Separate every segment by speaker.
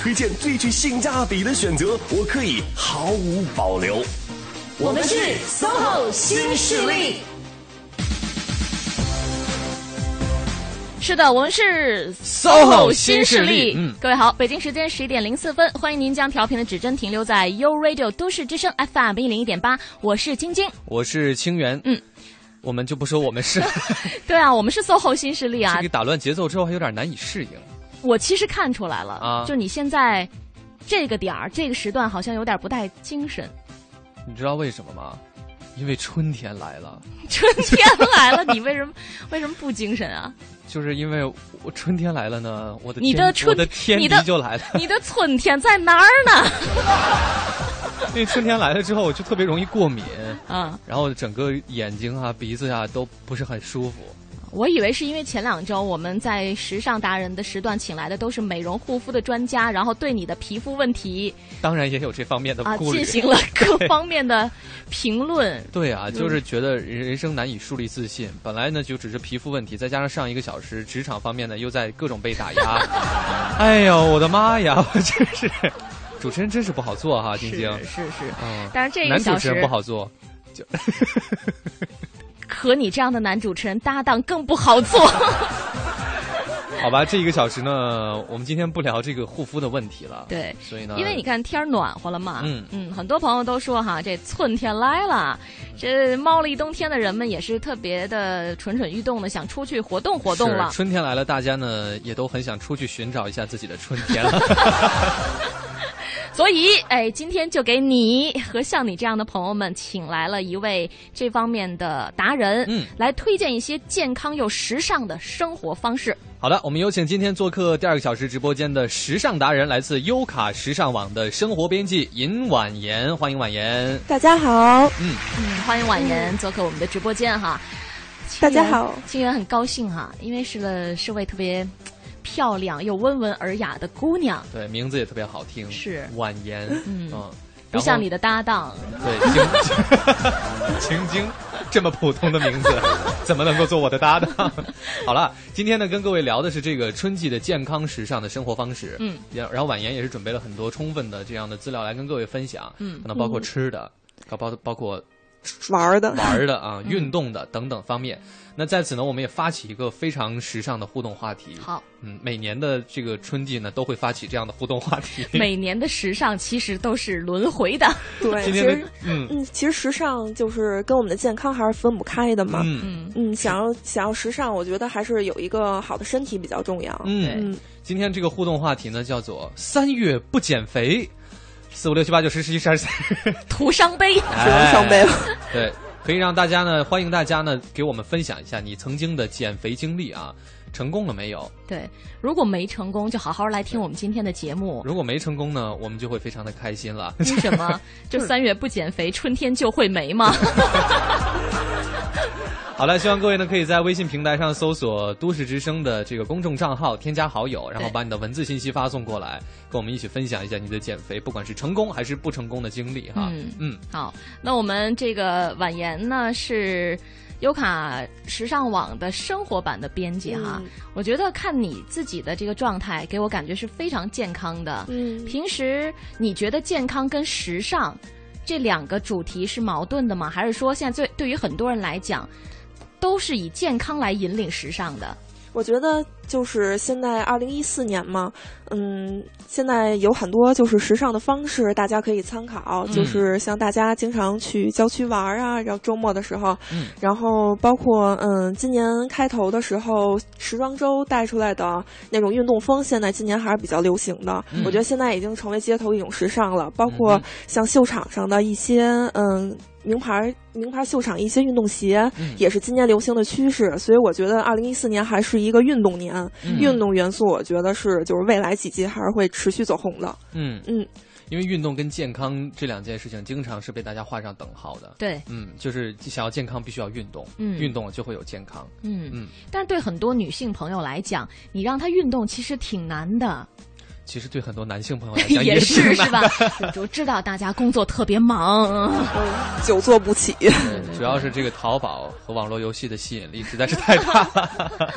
Speaker 1: 推荐最具性价比的选择，我可以毫无保留。
Speaker 2: 我们是 SOHO 新势力。
Speaker 3: 是的，我们是
Speaker 4: SOHO
Speaker 3: 新势力。
Speaker 4: 嗯
Speaker 3: 各位好，北京时间十一点零四分，欢迎您将调频的指针停留在 u Radio 都市之声 FM 一零一点八，我是晶晶。
Speaker 4: 我是清源，
Speaker 3: 嗯，
Speaker 4: 我们就不说我 们是，
Speaker 3: 对啊，我们是 SOHO 新势力啊
Speaker 4: 这个。打乱节奏之后还有点难以适应。
Speaker 3: 我其实看出来了，
Speaker 4: 啊
Speaker 3: 就你现在这个点儿、这个时段，好像有点不带精神。
Speaker 4: 你知道为什么吗？因为春天来了，
Speaker 3: 春天来 了，你为什么为什么不精神啊？
Speaker 4: 就是因为我春天来了呢，我的
Speaker 3: 你
Speaker 4: 天
Speaker 3: 的春
Speaker 4: 我的天
Speaker 3: 你
Speaker 4: 敌
Speaker 3: 的
Speaker 4: 就来了。
Speaker 3: 你的春天在哪儿呢？
Speaker 4: 因为春天来了之后，我就特别容易过敏，
Speaker 3: 啊，
Speaker 4: 然后整个眼睛啊、鼻子啊都不是很舒服。
Speaker 3: 我以为是因为前两周我们在时尚达人的时段请来的都是美容护肤的专家，然后对你的皮肤问题
Speaker 4: 当然也有这方面的
Speaker 3: 啊
Speaker 4: 顾虑。
Speaker 3: 进行了 各方面的评论。
Speaker 4: 对啊，就是觉得人人生难以树立自信。本来呢就只是皮肤问题，再加上上一个小时职场方面呢又在各种被打压， 哎呦我的妈呀！ 我真是主持人真是不好做哈、晶晶。
Speaker 3: 是是是，
Speaker 4: 嗯，
Speaker 3: 但是这一个
Speaker 4: 男主
Speaker 3: 小
Speaker 4: 持
Speaker 3: 时
Speaker 4: 人不好做，
Speaker 3: 和你这样的男主持人搭档更不好 做。
Speaker 4: 好吧？这一个小时呢，我们今天不聊这个护肤的问题了。，
Speaker 3: 对，
Speaker 4: 所以呢，
Speaker 3: 因为你看天儿暖和了嘛，
Speaker 4: 嗯
Speaker 3: 很多朋友都说哈，这寸天来了，这猫了一冬天的人们也是特别的蠢蠢欲动的，想出去活动活动了
Speaker 4: 是。春天来了，大家呢也都很想出去寻找一下自己的春天了。
Speaker 3: 所以，哎，今天就给你和像你这样的朋友们，请来了一位这方面的达人，
Speaker 4: 嗯，
Speaker 3: 来推荐一些健康又时尚的生活方式。
Speaker 4: 好的，我们有请今天做客第二个小时直播间的时尚达人，来自优卡时尚网的生活编辑尹婉言，欢迎婉言。
Speaker 5: 大家好，
Speaker 3: 嗯，欢迎婉言做客我们的直播间哈。
Speaker 5: 大家
Speaker 3: 清
Speaker 5: 好
Speaker 3: 源，清源很高兴哈，因为是个是位特别漂亮又温文尔雅的姑娘，
Speaker 4: 对，名字也特别好听，
Speaker 3: 是
Speaker 4: 婉言，嗯，
Speaker 3: 不像你的搭档。
Speaker 4: 然后对 晶晶晶这么普通的名字，怎么能够做我的搭 档？好了，今天呢，跟各位聊的是这个春季的健康时尚的生活方式，
Speaker 3: 嗯，
Speaker 4: 然然后婉言也是准备了很多充分的这样的资料来跟各位分享，嗯，可能包括吃的，包包括
Speaker 5: 玩儿的，
Speaker 4: 玩儿的啊、运动的等等方面。那在此呢，我们也发起一个非常时尚的互动话题。
Speaker 3: 好，
Speaker 4: 嗯，每年的这个春季呢，都会发起这样的互动话题。
Speaker 3: 每年的时尚其实都是轮回的，
Speaker 5: 对，
Speaker 4: 今
Speaker 5: 其
Speaker 4: 天
Speaker 5: 实
Speaker 4: 的，嗯
Speaker 5: 嗯，其实时尚就是跟我们的健康还是分不开的嘛。
Speaker 4: 嗯
Speaker 5: 嗯，想要想要时尚，我觉得还是有一个好的身体比较重要。
Speaker 4: 嗯，
Speaker 5: 嗯，
Speaker 4: 今天这个互动话题呢，叫做“三月不减肥”，四五六七八九十十一十二十三，
Speaker 3: 徒伤悲。
Speaker 5: 只能上辈
Speaker 4: 哎
Speaker 5: 了。
Speaker 4: 对，可以让大家呢，欢迎大家呢，给我们分享一下你曾经的减肥经历啊，成功了没有？
Speaker 3: 对，如果没成功，就好好来听我们今天的节 目。
Speaker 4: 如果没成功呢，我们就会非常的开心了。
Speaker 3: 为什么？就三月不减肥，春天就会没吗？
Speaker 4: 好了，希望各位呢可以在微信平台上搜索“都市之声”的这个公众账号，添加好友，然后把你的文字信息发送过来，跟我们一起分享一下你的减肥，不管是成功还是不成功的经历哈。
Speaker 3: 嗯
Speaker 4: 嗯，
Speaker 3: 好，那我们这个婉言呢是优卡时尚网的生活版的编辑哈、
Speaker 5: 嗯
Speaker 3: 我觉得看你自己的这个状态，给我感觉是非常健康的。
Speaker 5: 嗯
Speaker 3: 平时你觉得健康跟时尚这两个主题是矛盾的吗？还是说现在对对于很多人来讲，都是以健康来引领时尚的？
Speaker 5: 我觉得就是现在二零一四年嘛，嗯，现在有很多就是时尚的方式，大家可以参考。
Speaker 4: 嗯
Speaker 5: 就是像大家经常去郊区玩儿啊，然后周末的时候，
Speaker 4: 嗯
Speaker 5: 然后包括嗯，今年开头的时候，时装周带出来的那种运动风，现在今年还是比较流行的。
Speaker 4: 嗯
Speaker 5: 我觉得现在已经成为街头一种时尚了，包括
Speaker 4: 嗯
Speaker 5: 像秀场上的一些嗯。名牌名牌秀场一些运动鞋，
Speaker 4: 嗯
Speaker 5: 也是今年流行的趋势，所以我觉得二零一四年还是一个运动年，
Speaker 4: 嗯
Speaker 5: 运动元素我觉得是就是未来几季还是会持续走红的。
Speaker 4: 嗯
Speaker 5: 嗯，
Speaker 4: 因为运动跟健康这两件事情，经常是被大家画上等号的。
Speaker 3: 对，
Speaker 4: 嗯，就是想要健康，必须要运动，
Speaker 3: 嗯
Speaker 4: 运动了就会有健康。
Speaker 3: 嗯
Speaker 4: 嗯，
Speaker 3: 但是对很多女性朋友来讲，你让她运动其实挺难 的。
Speaker 4: 其实对很多男性朋友来 讲
Speaker 3: 也
Speaker 4: 是
Speaker 3: 是
Speaker 4: 吧
Speaker 3: 是？吧？我就知道大家工作特别忙，
Speaker 5: 久坐不起，
Speaker 4: 对主要是这个淘宝和网络游戏的吸 引力实在是太大了。
Speaker 3: 嗯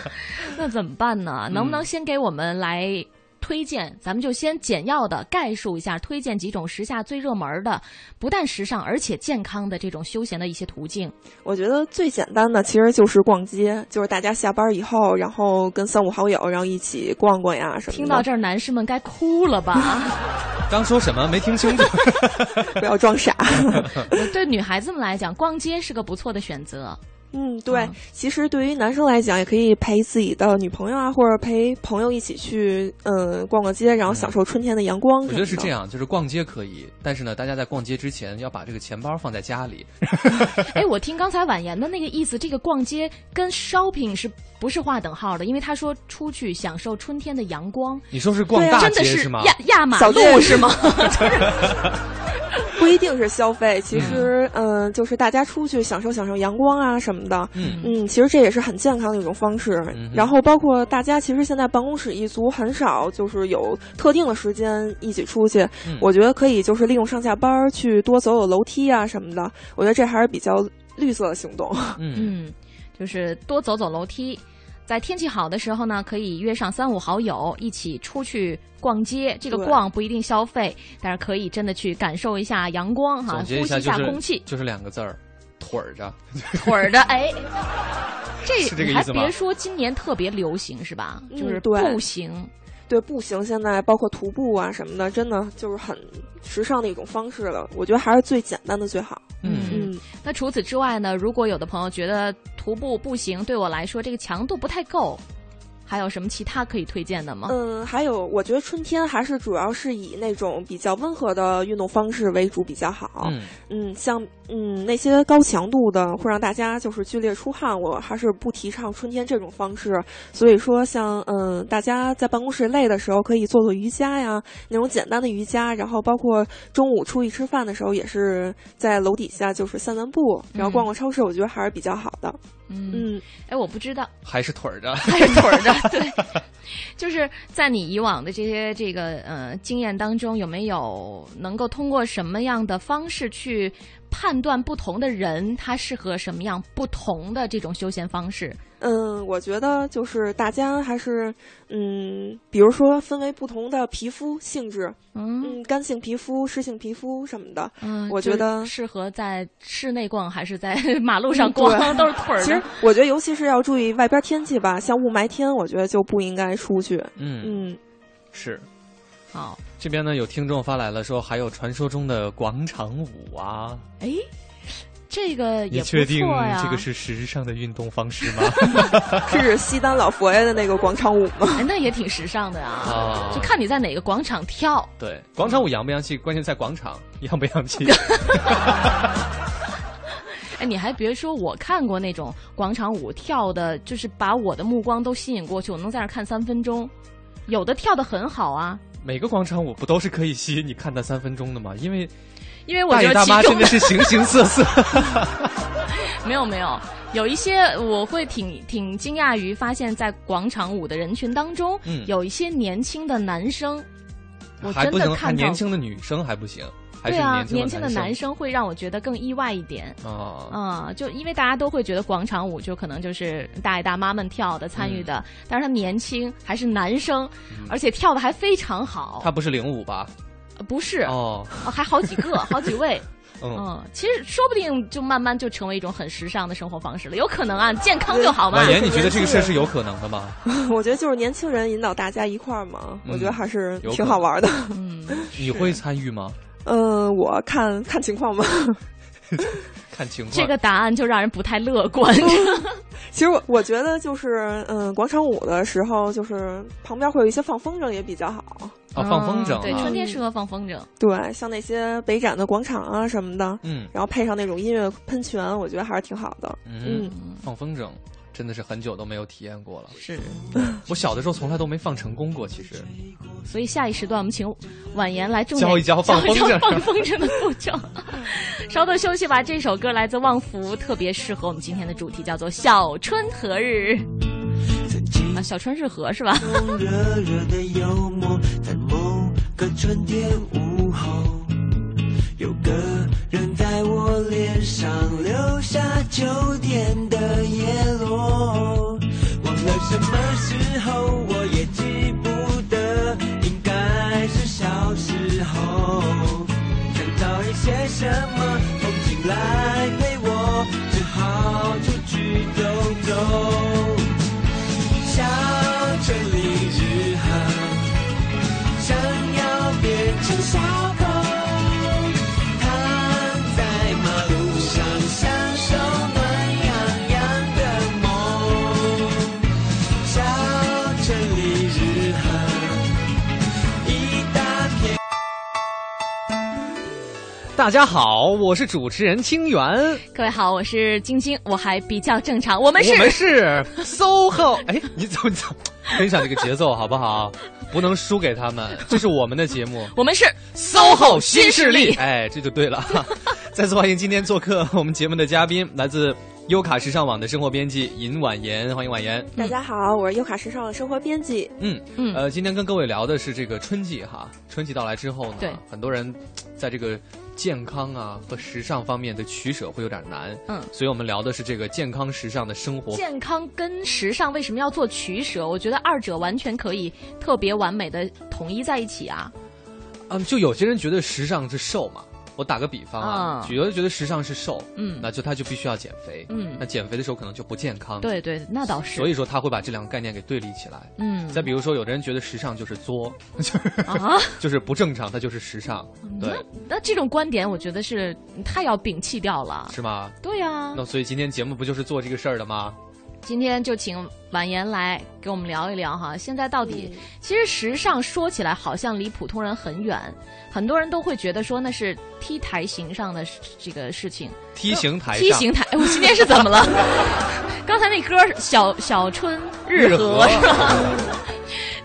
Speaker 3: 那怎么办呢？能不能先给我们来推荐，咱们就先简要的概述一下，推荐几种时下最热门的，不但时尚而且健康的这种休闲的一些途径。
Speaker 5: 我觉得最简单的其实就是逛街，就是大家下班以后，然后跟三五好友，然后一起逛逛呀什么的。
Speaker 3: 听到这儿，男士们该哭了吧？
Speaker 4: 刚说什么没听清楚？
Speaker 5: 不要 装傻。
Speaker 3: 我对女孩子们来讲，逛街是个不错的选 择。
Speaker 5: 嗯，对，其实对于男生来讲，也可以陪自己的女朋友啊，或者陪朋友一起去，嗯，逛逛街，然后享受春天的阳光。
Speaker 4: 我觉得是这。样，就是逛街可以，但是呢，大家在逛街之前要把这个钱包放在家里。
Speaker 3: 哎，我听刚才婉言的那个意思，这个逛街跟 shopping 是不是划等号的？因为他说出去享受春天的阳光，
Speaker 4: 你说是逛
Speaker 5: 对啊
Speaker 4: 大
Speaker 3: 真的
Speaker 4: 街
Speaker 3: 是
Speaker 4: 吗？
Speaker 3: 压压马
Speaker 5: 小
Speaker 3: 路
Speaker 5: 店
Speaker 3: 是 吗？
Speaker 5: 不一定是消费，其实，嗯、就是大家出去享受享受阳光啊什么的。
Speaker 4: 嗯
Speaker 5: 嗯，其实这也是很健康的一种方式。
Speaker 4: 嗯哼
Speaker 5: 然后包括大家其实现在办公室一族很少就是有特定的时间一起出去，
Speaker 4: 嗯
Speaker 5: 我觉得可以就是利用上下班儿去多走走楼梯啊什么的。我觉得这还是比较绿色的行动。
Speaker 4: 嗯，
Speaker 3: 嗯，就是多走走楼梯。在天气好的时候呢，可以约上三五好友一起出去逛街。这个
Speaker 5: 对
Speaker 3: 逛不一定消费，但是可以真的去感受一下阳光哈，
Speaker 4: 总
Speaker 3: 呼
Speaker 4: 结
Speaker 3: 吸
Speaker 4: 一下就
Speaker 3: 下
Speaker 4: 是
Speaker 3: 空气，
Speaker 4: 就是两个字儿，腿儿着。
Speaker 3: 腿儿的 哎。这
Speaker 4: 是这个
Speaker 3: 你还
Speaker 4: 意思吗
Speaker 3: 别说，今年特别流行是吧？
Speaker 5: 嗯
Speaker 3: 就是
Speaker 5: 对
Speaker 3: 步行，
Speaker 5: 对步行现在包括徒步啊什么的，真的就是很时尚的一种方式了。我觉得还是最简单的最好。
Speaker 4: 嗯
Speaker 5: 嗯，
Speaker 3: 那除此之外呢？如果有的朋友觉得徒步步行对我来说这个强度不太够，还有什么其他可以推荐的吗？
Speaker 5: 嗯，还有，我觉得春天还是主要是以那种比较温和的运动方式为主比较好。
Speaker 4: 嗯，
Speaker 5: 嗯，像嗯那些高强度的会让大家就是剧烈出汗，我还是不提倡春天这种方式。所以说像，嗯大家在办公室累的时候，可以做做瑜伽呀，那种简单的瑜伽，然后包括中午出去吃饭的时候，也是在楼底下就是散散步，然后逛逛超市，我觉得还是比较好的。
Speaker 3: 嗯，
Speaker 5: 嗯，
Speaker 3: 哎，我不知道，
Speaker 4: 还是腿儿 着。
Speaker 3: 还是腿儿的，对，就是在你以往的这些这个呃经验当中，有没有能够通过什么样的方式去判断不同的人他适合什么样不同的这种休闲方式？
Speaker 5: 嗯，我觉得就是大家还是嗯，比如说分为不同的皮肤性质，
Speaker 3: 嗯
Speaker 5: 嗯，干性皮肤、湿性皮肤什么的。
Speaker 3: 嗯，
Speaker 5: 我
Speaker 3: 就是
Speaker 5: 觉得
Speaker 3: 适合在室内逛还是在马路上
Speaker 5: 嗯
Speaker 3: 逛，
Speaker 5: 对
Speaker 3: 都是腿儿的。
Speaker 5: 其实我觉得，尤其是要注意外边天气吧，像雾霾天，我觉得就不应该出去。
Speaker 4: 嗯，
Speaker 5: 嗯，
Speaker 4: 是。
Speaker 3: 好，
Speaker 4: 这边呢有听众发来了，说还有传说中的广场舞啊，
Speaker 3: 哎，这个也
Speaker 4: 你
Speaker 3: 不
Speaker 4: 确定
Speaker 3: 错呀。
Speaker 4: 这个是时尚的运动方式吗？
Speaker 5: 是西单老佛爷的那个广场舞吗？
Speaker 3: 哎，那也挺时尚的呀、
Speaker 4: 啊
Speaker 3: 就看你在哪个广场跳。
Speaker 4: 对，广场舞洋不洋气，关键在广场洋不 洋气。
Speaker 3: 哎，你还别说，我看过那种广场舞跳的，就是把我的目光都吸引过去，我能在那儿看三分钟。有的跳的很好啊，
Speaker 4: 每个广场舞不都是可以吸引你看它三分钟的吗？因为
Speaker 3: 因为我
Speaker 4: 大
Speaker 3: 觉
Speaker 4: 爷
Speaker 3: 得
Speaker 4: 大
Speaker 3: 其
Speaker 4: 妈
Speaker 3: 中
Speaker 4: 真的是形形色色。
Speaker 3: 没有没有，有一些我会挺挺惊讶于发现，在广场舞的人群当中，
Speaker 4: 嗯
Speaker 3: 有一些年轻的男生， 我
Speaker 4: 还
Speaker 3: 真
Speaker 4: 不
Speaker 3: 的
Speaker 4: 行，
Speaker 3: 看
Speaker 4: 看
Speaker 3: 到
Speaker 4: 年轻的女生还不行，还
Speaker 3: 对
Speaker 4: 是
Speaker 3: 啊，年
Speaker 4: 年
Speaker 3: 轻
Speaker 4: 轻
Speaker 3: 的
Speaker 4: 男
Speaker 3: 男生会让我觉得更意外一点。
Speaker 4: 啊。
Speaker 3: 啊、就因为大家都会觉得广场舞就可能就是大爷大妈们跳的参与的，
Speaker 4: 嗯
Speaker 3: 但是他年轻还是男生，而且跳的还非常好。
Speaker 4: 他不是领舞吧？
Speaker 3: 呃不是、
Speaker 4: 哦，
Speaker 3: 哦还好几个，好几位。
Speaker 4: 嗯，
Speaker 3: 嗯，其实说不定就慢慢就成为一种很时尚的生活方式了，有可能
Speaker 4: 嗯
Speaker 3: 啊，健康就好嘛
Speaker 4: 婉。言，你觉得这个事儿是有可能的吗？
Speaker 5: 我觉得就是年轻人引导大家一块儿嘛，我觉得还是
Speaker 4: 嗯有
Speaker 5: 挺
Speaker 4: 可
Speaker 5: 好
Speaker 4: 能
Speaker 5: 玩的。
Speaker 3: 嗯，
Speaker 4: 你会参与吗？
Speaker 5: 嗯，我看看情况吧。
Speaker 4: 看情况。
Speaker 3: 这个答案就让人不太乐观。
Speaker 5: 其实我我觉得就是，嗯，广场舞的时候，就是旁边会有一些放风筝也比较好。
Speaker 4: 啊，放风筝
Speaker 3: 嗯对，
Speaker 4: 啊
Speaker 3: 春天适合放风筝。
Speaker 5: 对，像那些北展的广场啊什么的，
Speaker 4: 嗯
Speaker 5: 然后配上那种音乐喷泉，我觉得还是挺好的。
Speaker 4: 嗯，
Speaker 5: 嗯，
Speaker 4: 放风筝真的是很久都没有体验过了。
Speaker 3: 是，
Speaker 4: 我小的时候从来都没放成功过，其实。
Speaker 3: 所以下一时段我们请婉言来重点
Speaker 4: 教一教放风筝
Speaker 3: 教一教放风筝的步骤。 稍作休息吧，这首歌来自旺福，特别适合我们今天的主题，叫做“小春和日”。啊，小春是和是吧？
Speaker 6: 中热热的幽默，在某个春天午后，有个人在我脸上留下秋天的叶落。忘了什么时候，我也记不得，
Speaker 4: 大家好，我是主持人清源，
Speaker 3: 各位好，我是晶晶，我还比较正常，我们是
Speaker 4: 我们是 SOHO。哎， 你走你走，跟上这个节奏好不好？不能输给他们，这是我们的节目。
Speaker 3: 我们是
Speaker 4: SOHO 新势力，哎，这就对了。 再次欢迎今天做客我们节目的嘉宾，来自优卡时尚网的生活编辑尹婉言，欢迎婉言。
Speaker 5: 大家好，我是优卡时尚的生活编辑。
Speaker 4: 嗯
Speaker 3: 嗯
Speaker 4: 呃，今天跟各位聊的是这个春季哈，春季到来之后呢，
Speaker 3: 对
Speaker 4: 很多人在这个健康啊和时尚方面的取舍会有点难，
Speaker 3: 嗯
Speaker 4: 所以我们聊的是这个健康时尚的生活。
Speaker 3: 健康跟时尚为什么要做取舍？我觉得二者完全可以特别完美的统一在一起啊。
Speaker 4: 嗯，就有些人觉得时尚是瘦嘛，我打个比方啊，
Speaker 3: 啊
Speaker 4: 有的觉得时尚是瘦，
Speaker 3: 嗯
Speaker 4: 那就他就必须要减肥，
Speaker 3: 嗯
Speaker 4: 那减肥的时候可能就不健康，，
Speaker 3: 对对，那倒是。
Speaker 4: 所以说他会把这两个概念给对立起来。
Speaker 3: 嗯
Speaker 4: 再比如说，有的人觉得时尚就 是作，
Speaker 3: 啊，
Speaker 4: 就是不正常，它就是时尚，
Speaker 3: 嗯
Speaker 4: 对，
Speaker 3: 那这种观点我觉得是太要摒弃掉了。
Speaker 4: 是吗？
Speaker 3: 对呀、啊，
Speaker 4: 那所以今天节目不就是做这个事儿的吗？
Speaker 3: 今天就请婉言来给我们聊一聊哈，现在到底、
Speaker 5: 嗯
Speaker 3: 其实时尚说起来好像离普通人很远，很多人都会觉得说那是 T 台形上的这个事情
Speaker 4: 梯形台上，
Speaker 3: ，T 形台，哎我今天是怎么 了？刚才那歌儿小小春
Speaker 4: 日
Speaker 3: 日和
Speaker 4: 和
Speaker 3: 是吧？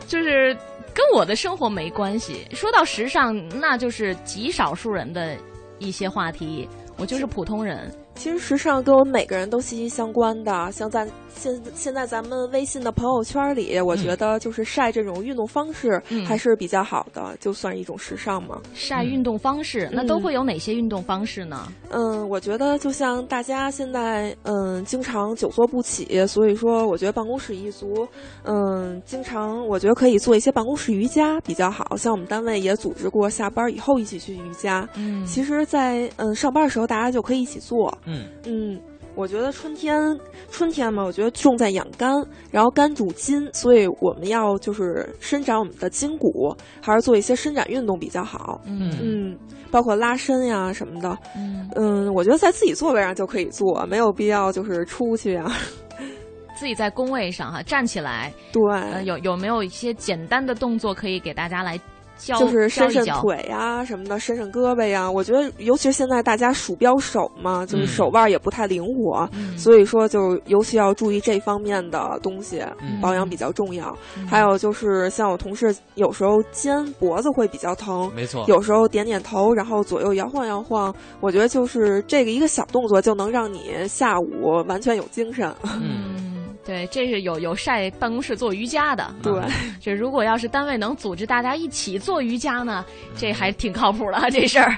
Speaker 3: 就是跟我的生活没关系。说到时尚，那就是极少数人的一些话题，我就是普通人。
Speaker 5: 其实时尚跟我们每个人都息息相关的，像咱现现在咱们微信的朋友圈里，我觉得就是晒这种运动方式
Speaker 3: 嗯
Speaker 5: 还是比较好的，就算一种时尚嘛。
Speaker 3: 晒
Speaker 4: 嗯
Speaker 3: 运动方式，那都会有哪些运动方式呢？
Speaker 5: 嗯，我觉得就像大家现在嗯经常久坐不起，所以说我觉得办公室一族，嗯，经常我觉得可以做一些办公室瑜伽比较好。像我们单位也组织过下班以后一起去瑜伽。
Speaker 3: 嗯
Speaker 5: 其实在，嗯上班的时候大家就可以一起做。
Speaker 4: 嗯，
Speaker 5: 嗯，我觉得春天，春天嘛，我觉得重在养肝，然后肝主筋，所以我们要就是伸展我们的筋骨，还是做一些伸展运动比较好。
Speaker 4: 嗯
Speaker 5: 嗯，包括拉伸呀什么的。
Speaker 3: 嗯，
Speaker 5: 嗯，我觉得在自己座位上就可以做，没有必要就是出去啊。
Speaker 3: 自己在工位上哈、站起来，
Speaker 5: 对，
Speaker 3: 呃，有有没有一些简单的动作可以给大家来教
Speaker 5: 就是
Speaker 3: 教
Speaker 5: 伸
Speaker 3: 一
Speaker 5: 伸
Speaker 3: 教？
Speaker 5: 腿呀、什么的，伸伸胳膊呀、我觉得，尤其是现在大家鼠标手嘛，就是
Speaker 4: 嗯
Speaker 5: 手腕也不太灵活，
Speaker 3: 嗯
Speaker 5: 所以说就尤其要注意这方面的东西，
Speaker 4: 嗯
Speaker 5: 保养比较重要。还有就是像我同事有时候肩脖子会比较疼，
Speaker 4: 没错，
Speaker 5: 有时候点点头，然后左右摇晃摇晃，我觉得就是这个一个小动作就能让你下午完全有 精神。
Speaker 4: 嗯，
Speaker 3: 嗯，对，这是有有晒办公室做瑜伽的。啊
Speaker 5: 对，
Speaker 3: 这如果要是单位能组织大家一起做瑜伽呢，
Speaker 5: 嗯
Speaker 3: 这还挺靠谱了 这事儿。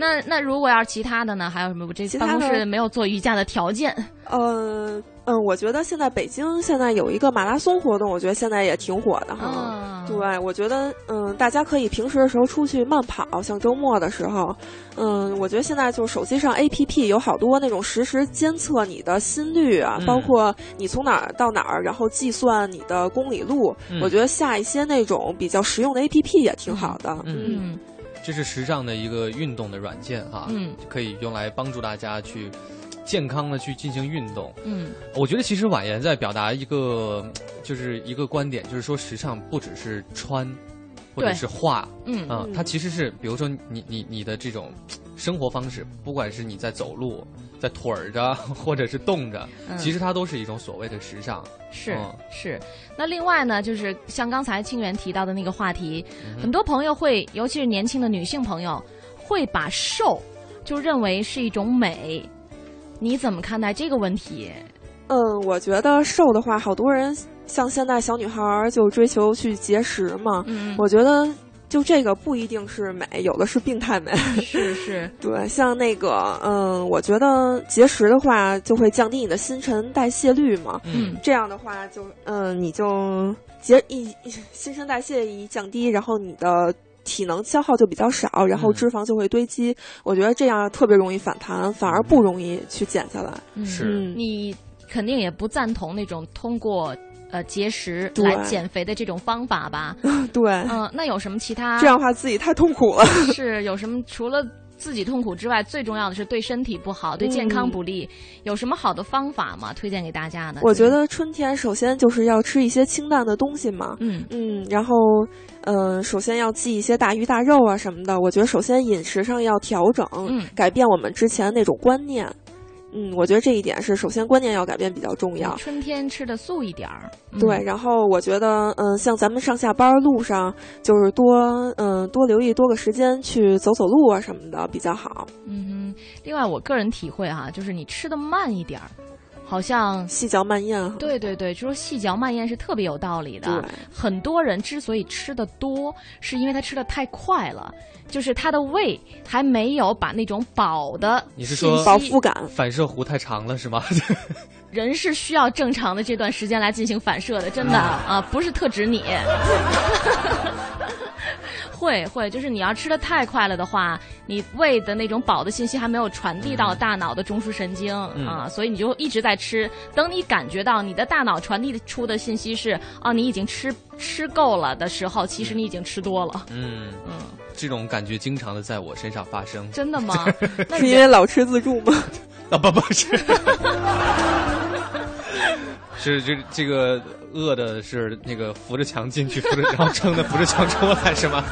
Speaker 3: 那那如果要是其他的呢？还有什么？我这
Speaker 5: 其他
Speaker 3: 办
Speaker 5: 的
Speaker 3: 公室没有做瑜伽的条件。
Speaker 5: 呃嗯，我觉得现在北京现在有一个马拉松活动，我觉得现在也挺火的哈。
Speaker 4: 嗯
Speaker 3: 啊
Speaker 5: 嗯对，我觉得嗯，大家可以平时的时候出去慢跑，像周末的时候，嗯，我觉得现在就手机上 A P P 有好多那种实时监测你的心率啊，
Speaker 4: 嗯
Speaker 5: 包括你从哪儿到哪儿，然后计算你的公里路。
Speaker 4: 嗯
Speaker 5: 我觉得下一些那种比较实用的 A P P 也挺好的。
Speaker 4: 嗯
Speaker 5: 嗯
Speaker 3: 嗯
Speaker 4: 这是时尚的一个运动的软件哈，
Speaker 3: 嗯
Speaker 4: 可以用来帮助大家去健康的去进行运动。
Speaker 3: 嗯
Speaker 4: 我觉得其实婉言在表达一个就是一个观点，就是说时尚不只是穿或者
Speaker 3: 对
Speaker 4: 是画
Speaker 3: 嗯
Speaker 4: 啊、
Speaker 5: 嗯
Speaker 4: 它其实是比如说你你你的这种生活方式，不管是你在走路、在腿儿着或者是动着，
Speaker 3: 嗯
Speaker 4: 其实它都是一种所谓的时尚。
Speaker 3: 是、
Speaker 4: 嗯
Speaker 3: 是，那另外呢，就是像刚才清源提到的那个话题，
Speaker 4: 嗯哼
Speaker 3: 很多朋友会，尤其是年轻的女性朋友，会把瘦就认为是一种美。你怎么看待这个问题？
Speaker 5: 嗯，我觉得瘦的话，好多人像现在小女孩儿就追求去节食嘛。
Speaker 3: 嗯，
Speaker 5: 我觉得就这个不一定是美，有的是病态美。
Speaker 3: 是是，
Speaker 5: 对，像那个，嗯，我觉得节食的话，就会降低你的新陈代谢率嘛。
Speaker 3: 嗯
Speaker 5: 这样的话就，嗯，你就节一新陈代谢一降低，然后你的体能消耗就比较少，然后
Speaker 4: 嗯
Speaker 5: 脂肪就会堆积。我觉得这样特别容易反弹，反而不容易去减下来。
Speaker 3: 嗯
Speaker 4: 嗯是
Speaker 5: 嗯，
Speaker 3: 你肯定也不赞同那种通过呃节食
Speaker 5: 对
Speaker 3: 来减肥的这种方法吧？
Speaker 5: 对，
Speaker 3: 嗯嗯、那有什么其他
Speaker 4: 啊
Speaker 5: 这样的话自己太痛苦了。
Speaker 3: 是有什么除了自己痛苦之外，最重要的是对身体不好，对健康不利。有什么好的方法吗？推荐给大家呢？
Speaker 5: 我觉，得春天首先就是要吃一些清淡的东西嘛，
Speaker 3: 嗯，
Speaker 5: 嗯，然后，呃，首先要忌一些大鱼大肉啊什么的。我觉得首先饮食上要调整，
Speaker 3: 嗯
Speaker 5: 改变我们之前那种观念。嗯，我觉得这一点是首先观念要改变比较重要。
Speaker 3: 春天吃的素一点儿，嗯
Speaker 5: 对，，然后我觉得，嗯、像咱们上下班路上，就是多，嗯、多留意多个时间去走走路啊什么的比较好，
Speaker 3: 嗯哼。另外，我个人体会哈、就是你吃的慢一点儿，好像
Speaker 5: 细嚼慢咽哈。
Speaker 3: 对对对，就说细嚼慢咽是特别有道理的
Speaker 5: 对。
Speaker 3: 很多人之所以吃的多，是因为他吃的太快了，就是他的胃还没有把那种饱的
Speaker 4: 你是说
Speaker 3: 信息
Speaker 5: 饱腹感，
Speaker 4: 反射弧太长了是吗？
Speaker 3: 人是需要正常的这段时间来进行反射的，真的
Speaker 4: 嗯
Speaker 3: 啊，不是特指你。 会会，就是你要吃的太快了的话，你胃的那种饱的信息还没有传递到大脑的中枢神经、
Speaker 4: 嗯
Speaker 3: 啊，所以你就一直在吃。等你感觉到你的大脑传递出的信息是哦，你已经吃吃够了的时候，其实你已经吃多了。
Speaker 4: 嗯，
Speaker 3: 嗯，
Speaker 4: 这种感觉经常的在我身上发生。
Speaker 3: 真 的吗？那
Speaker 5: 是
Speaker 3: 你
Speaker 5: 因为老吃自助吗？
Speaker 4: 啊，不不是，是这这个饿的是那个扶着墙进去，扶着然后撑的扶着墙出来是吗？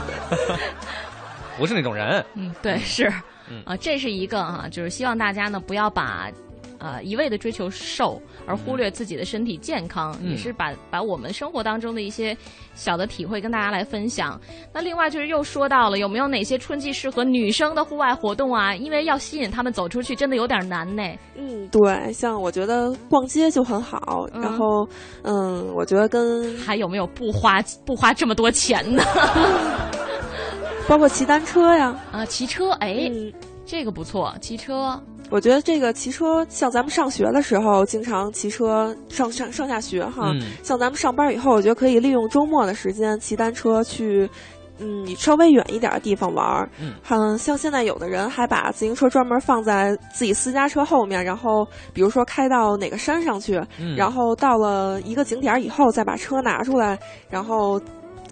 Speaker 4: 不是那种人，
Speaker 3: 嗯，对，是，
Speaker 4: 嗯
Speaker 3: 啊，这是一个啊，就是希望大家呢不要把。呃，一味的追求瘦，而忽略自己的身体健康，
Speaker 4: 嗯
Speaker 3: 也是把把我们生活当中的一些小的体会跟大家来分享。那另外就是又说到了有没有哪些春季适合女生的户外活动啊？因为要吸引她们走出去，真的有点难呢。
Speaker 5: 嗯，对，像我觉得逛街就很好，然
Speaker 3: 嗯
Speaker 5: 后，嗯，我觉得跟
Speaker 3: 还有没有不花不花这么多钱呢？
Speaker 5: 包括骑单车呀，
Speaker 3: 啊，骑车，哎，
Speaker 5: 嗯，
Speaker 3: 这个不错，骑车，
Speaker 5: 我觉得这个骑车，像咱们上学的时候，经常骑车上上上下学哈。
Speaker 4: 嗯
Speaker 3: 哦
Speaker 5: 像咱们上班以后，我觉得可以利用周末的时间骑单车去，嗯，你稍微远一点的地方玩儿。
Speaker 4: 嗯
Speaker 5: 嗯，像现在有的人还把自行车专门放在自己私家车后面，然后比如说开到哪个山上去，
Speaker 4: 嗯，
Speaker 5: 然后到了一个景点儿以后再把车拿出来，然后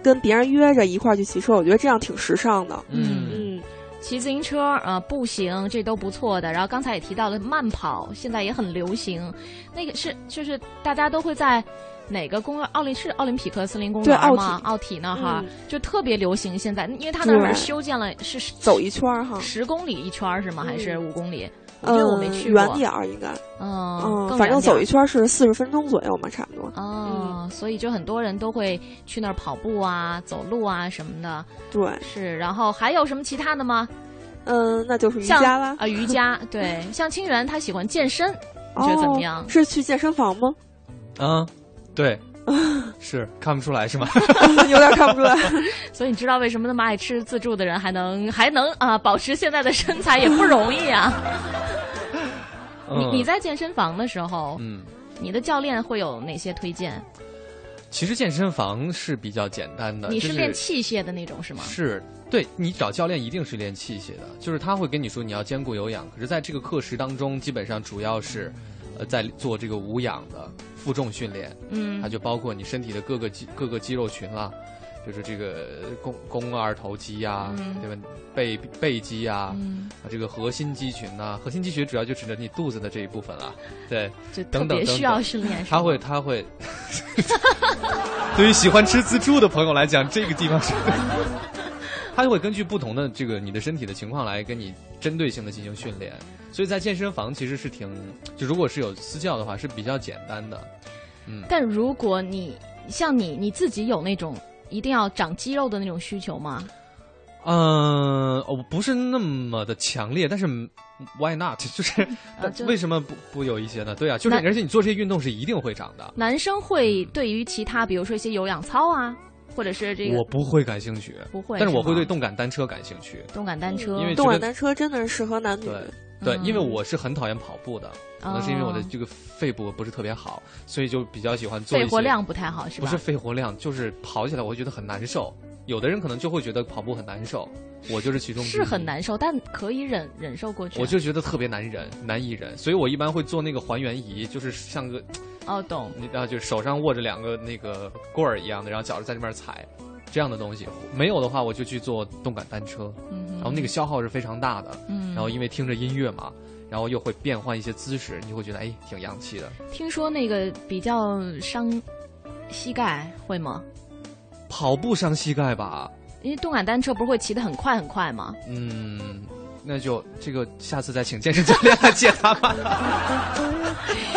Speaker 5: 跟别人约着一块儿去骑车。我觉得这样挺时尚的。
Speaker 4: 嗯，
Speaker 5: 嗯，
Speaker 3: 骑自行车啊、呃步行这都不错的。然后刚才也提到了慢跑，现在也很流行。那个是就是大家都会在哪个公园？奥林是奥林匹克森林公
Speaker 5: 对
Speaker 3: 园
Speaker 5: 奥
Speaker 3: 吗
Speaker 5: 体？
Speaker 3: 奥体那啊哈、
Speaker 5: 嗯
Speaker 3: 就特别流行。现在因为它那儿
Speaker 5: 对
Speaker 3: 修建了是十
Speaker 5: 走一圈儿哈。
Speaker 3: 十公里一圈儿是吗？还是
Speaker 5: 嗯
Speaker 3: 五公里？我觉
Speaker 5: 嗯
Speaker 3: 得我没去过。
Speaker 5: 远点儿应该，
Speaker 3: 嗯，
Speaker 5: 嗯，
Speaker 3: 更
Speaker 5: 反正
Speaker 3: 远点儿
Speaker 5: 走一圈嗯儿是四十分钟左右嘛，差不多。
Speaker 3: 哦，所以就很多人都会去那儿跑步啊、走路啊什么的，
Speaker 5: 对，
Speaker 3: 是。然后还有什么其他的吗？
Speaker 5: 嗯，那就是瑜
Speaker 3: 像
Speaker 5: 伽
Speaker 3: 啊、
Speaker 5: 啦。
Speaker 3: 瑜伽 对，像清源他喜欢健身，你觉得怎么样
Speaker 5: 哦？是去健身房吗？
Speaker 3: 嗯
Speaker 4: 啊， 对，是看不出来是吗？
Speaker 5: 有点看不出来。
Speaker 3: 所以你知道为什么那么爱吃自助的人还能还能啊、保持现在的身材也不容易 啊！ 你你
Speaker 4: 嗯
Speaker 3: 在健身房的时候，
Speaker 4: 嗯。
Speaker 3: 你的教练会有哪些推荐？
Speaker 4: 其实健身房是比较简单的，
Speaker 3: 你
Speaker 4: 呃就是
Speaker 3: 练器械的那种是吗？
Speaker 4: 是对你找教练一定是练器械的，就是他会跟你说你要兼顾有氧，可是在这个课时当中，基本上主要是，呃，在做这个无氧的负重训练，它
Speaker 3: 嗯
Speaker 4: 就包括你身体的各个肌各个肌肉群啦、就是这个肱肱二头肌呀、
Speaker 3: 嗯
Speaker 4: 对吧？背背肌呀、啊，
Speaker 3: 嗯，
Speaker 4: 这个核心肌群呐、核心肌群主要就指着你肚子的这一部分啊，对，
Speaker 3: 就特
Speaker 4: 等等
Speaker 3: 别
Speaker 4: 等
Speaker 3: 需要
Speaker 4: 等
Speaker 3: 训练。
Speaker 4: 他会，他会。对于喜欢吃自助的朋友来讲，这个地方是，他就会根据不同的这个你的身体的情况来跟你针对性的进行训练。所以在健身房其实是挺，就如果是有私教的话是比较简单的。
Speaker 3: 但如果你像你你自己有那种一定要长肌肉的那种需求吗？
Speaker 4: 嗯、我不是那么的强烈，但是 why not？就是、
Speaker 3: 呃就
Speaker 4: 为什么不不有一些呢？对啊，就是
Speaker 3: 那
Speaker 4: 而且你做这些运动是一定会长的。
Speaker 3: 男生
Speaker 4: 嗯
Speaker 3: 会对于其他，比如说一些有氧操啊，或者是这个
Speaker 4: 我不会感兴趣，
Speaker 3: 不会
Speaker 4: 但是我
Speaker 3: 是
Speaker 4: 会
Speaker 3: 吗
Speaker 4: 对动感单车感兴趣。
Speaker 3: 动感单车，
Speaker 4: 因为
Speaker 5: 动感
Speaker 4: 这个
Speaker 5: 单车真的是适合男女。
Speaker 4: 对对，因为
Speaker 3: 嗯哦
Speaker 4: 我是很讨厌跑步的，可能是因为我的这个肺部不是特别好，所以就比较喜欢做一
Speaker 3: 肺
Speaker 4: 些
Speaker 3: 活量不太好是
Speaker 4: 不
Speaker 3: 吧？
Speaker 4: 是肺活量，就是跑起来我会觉得很难受。有的人可能就会觉得跑步很难受，我就是其中之一
Speaker 3: 是很，难受，但可以忍忍受过去。
Speaker 4: 我就觉得特别难忍，难以忍，所以我一般会做那个还原仪，就是像个
Speaker 3: 哦懂，
Speaker 4: 你啊，就是手上握着两个那个棍儿一样的，然后脚在那边踩，这样的东西。没有的话，我就去做动感单车。
Speaker 3: 嗯哼
Speaker 4: 然后那个消耗是非常大的。
Speaker 3: 嗯
Speaker 4: 然后因为听着音乐嘛，然后又会变换一些姿势，你就会觉得哎挺洋气的。
Speaker 3: 听说那个比较伤膝盖，会吗？
Speaker 4: 跑步伤膝盖吧？
Speaker 3: 因为动感单车不是会骑得很快很快吗？
Speaker 4: 嗯，那就这个下次再请健身教练来解答吧。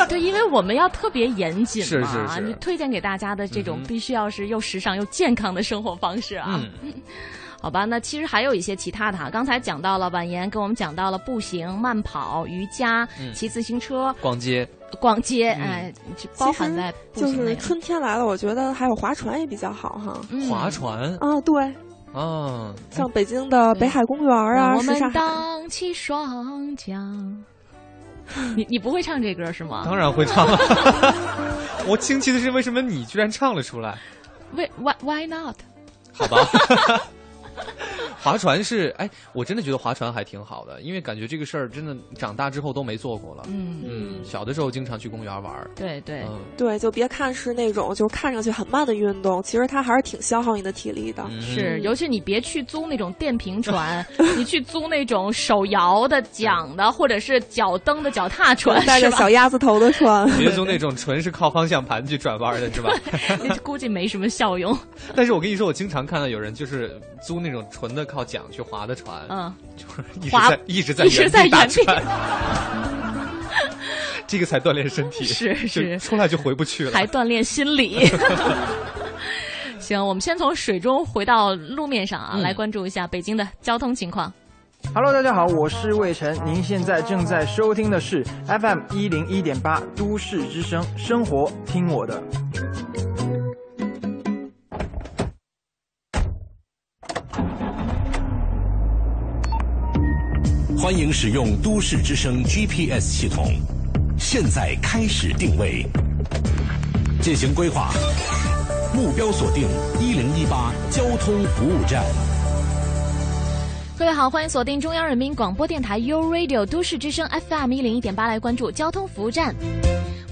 Speaker 3: 对，因为我们要特别严谨
Speaker 4: 是
Speaker 3: 嘛。
Speaker 4: 是是
Speaker 3: 你推荐给大家的这种
Speaker 4: 嗯，哼
Speaker 3: 必须要是又时尚又健康的生活方式啊。
Speaker 4: 嗯，
Speaker 3: 好吧，那其实还有一些其他的哈，刚才讲到了婉言跟我们讲到了步行、慢跑、瑜伽、
Speaker 4: 嗯
Speaker 3: 骑自行车、
Speaker 4: 逛街
Speaker 3: 逛街，
Speaker 4: 嗯
Speaker 3: 哎，这包含在步
Speaker 5: 就
Speaker 3: 行内
Speaker 5: 是
Speaker 3: 了。
Speaker 5: 春天来了，我觉得还有划船也比较好哈。
Speaker 3: 嗯
Speaker 4: 划船
Speaker 5: 啊，对，
Speaker 4: 啊，
Speaker 5: 像北京的北海公园
Speaker 3: 让
Speaker 5: 啊，
Speaker 3: 我
Speaker 5: 什刹
Speaker 3: 们
Speaker 5: 海，
Speaker 3: 荡起双桨。你你不会唱这歌是吗？
Speaker 4: 当然会 唱了。我惊奇的是，为什么你居然唱了出来？
Speaker 3: 为 why why not？
Speaker 4: 好吧。 划船是，哎，我真的觉得划船还挺好的，因为感觉这个事儿真的长大之后都没做过了。
Speaker 3: 嗯，
Speaker 4: 嗯，小的时候经常去公园玩儿，
Speaker 3: 对对，
Speaker 4: 嗯，
Speaker 5: 对，就别看是那种就是看上去很慢的运动，其实它还是挺消耗你的体力的。
Speaker 4: 嗯
Speaker 3: 是，尤其你别去租那种电瓶船，你去租那种手摇的、桨的，或者是脚蹬的脚踏船，
Speaker 5: 带
Speaker 3: 是
Speaker 5: 着
Speaker 3: 吧嗯
Speaker 5: 小鸭子头的船，
Speaker 4: 别租那种纯是靠方向盘去转弯儿的，是吧？
Speaker 3: 那就估计没什么效用。
Speaker 4: 但是我跟你说，我经常看到有人就是租那种纯的靠桨去划的船，
Speaker 3: 嗯，
Speaker 4: 就是一直
Speaker 3: 划
Speaker 4: 在一直在
Speaker 3: 一直在
Speaker 4: 原地打
Speaker 3: 原地
Speaker 4: 转， 这个才锻炼身体，
Speaker 3: 是是
Speaker 4: 就出来就回不去了。
Speaker 3: 还锻炼心理。行，我们先从水中回到路面上啊，
Speaker 4: 嗯
Speaker 3: 来关注一下北京的交通情况。
Speaker 7: Hello，大家好，我是魏晨，您现在正在收听的是 FM 一零一点八都市之声，生活听我的。
Speaker 1: 欢迎使用都市之声 GPS 系统，现在开始定位，进行规划，目标锁定一零一八交通服务站。
Speaker 3: 各位好，欢迎锁定中央人民广播电台 u Radio 都市之声 FM 一零一点八来关注交通服务站。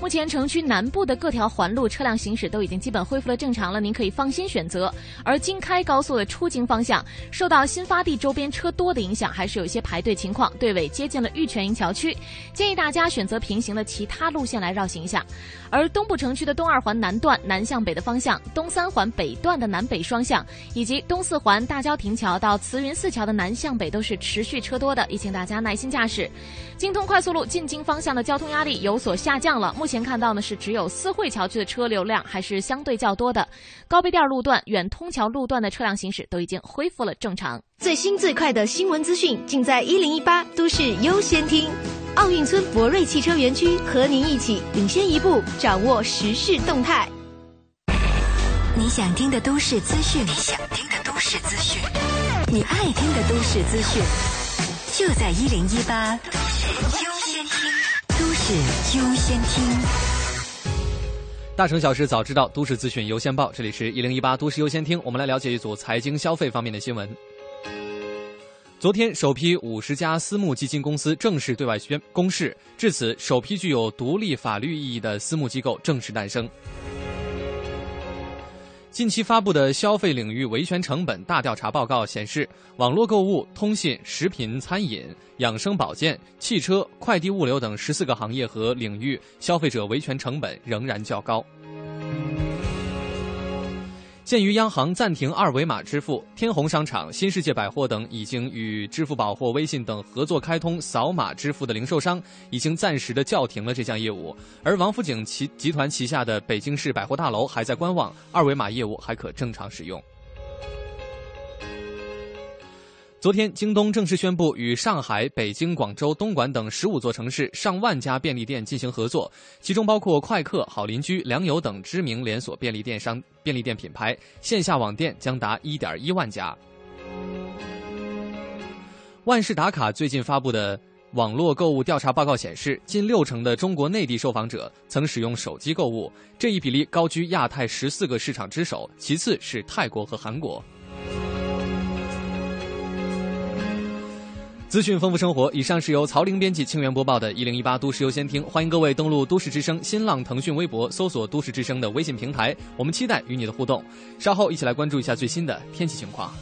Speaker 3: 目前城区南部的各条环路车辆行驶都已经基本恢复了正常了，您可以放心选择。而京开高速的出京方向，受到新发地周边车多的影响，还是有一些排队情况，队尾接近了玉泉营桥区，建议大家选择平行的其他路线来绕行一下。而东部城区的东二环南段南向北的方向，东三环北段的南北双向，以及东四环大郊亭桥到慈云寺桥的南向北都是持续车多的，也请大家耐心驾驶。京通快速路进京方向的交通压力有所下降了，目前看到呢是只有四惠桥区的车流量还是相对较多的，高碑店路段、远通桥路段的车辆行驶都已经恢复了正常。
Speaker 2: 最新最快的新闻资讯尽在一零一八都市优先听。奥运村博瑞汽车园区和您一起领先一步，掌握时事动态。
Speaker 8: 你想听的都市资讯，你想听的都市资讯，你爱听的都市资讯，就在一零一八都市优先听，都市优先听。
Speaker 4: 大城小事早知道，都市资讯优先报。这里是一零一八都市优先听，我们来了解一组财经消费方面的新闻。昨天，首批五十家私募基金公司正式对外宣公示，至此，首批具有独立法律意义的私募机构正式诞生。近期发布的消费领域维权成本大调查报告显示，网络购物、通信、食品、餐饮、养生保健、汽车、快递物流等十四个行业和领域，消费者维权成本仍然较高。鉴于央行暂停二维码支付，天虹商场、新世界百货等已经与支付宝或微信等合作开通扫码支付的零售商，已经暂时的叫停了这项业务。而王府井集集团旗下的北京市百货大楼还在观望，二维码业务还可正常使用。昨天，京东正式宣布与上海、北京、广州、东莞等十五座城市上万家便利店进行合作，其中包括快客、好邻居、良友等知名连锁便利店商便利店品牌，线下网店将达一点一万家。万事达卡最近发布的网络购物调查报告显示，近六成的中国内地受访者曾使用手机购物，这一比例高居亚太十四个市场之首，其次是泰国和韩国。资讯丰富生活。以上是由曹玲编辑、清源播报的《一零一八都市优先听》，欢迎各位登录都市之声、新浪、腾讯微博，搜索“都市之声”的微信平台，我们期待与你的互动。稍后一起来关注一下最新的天气情况。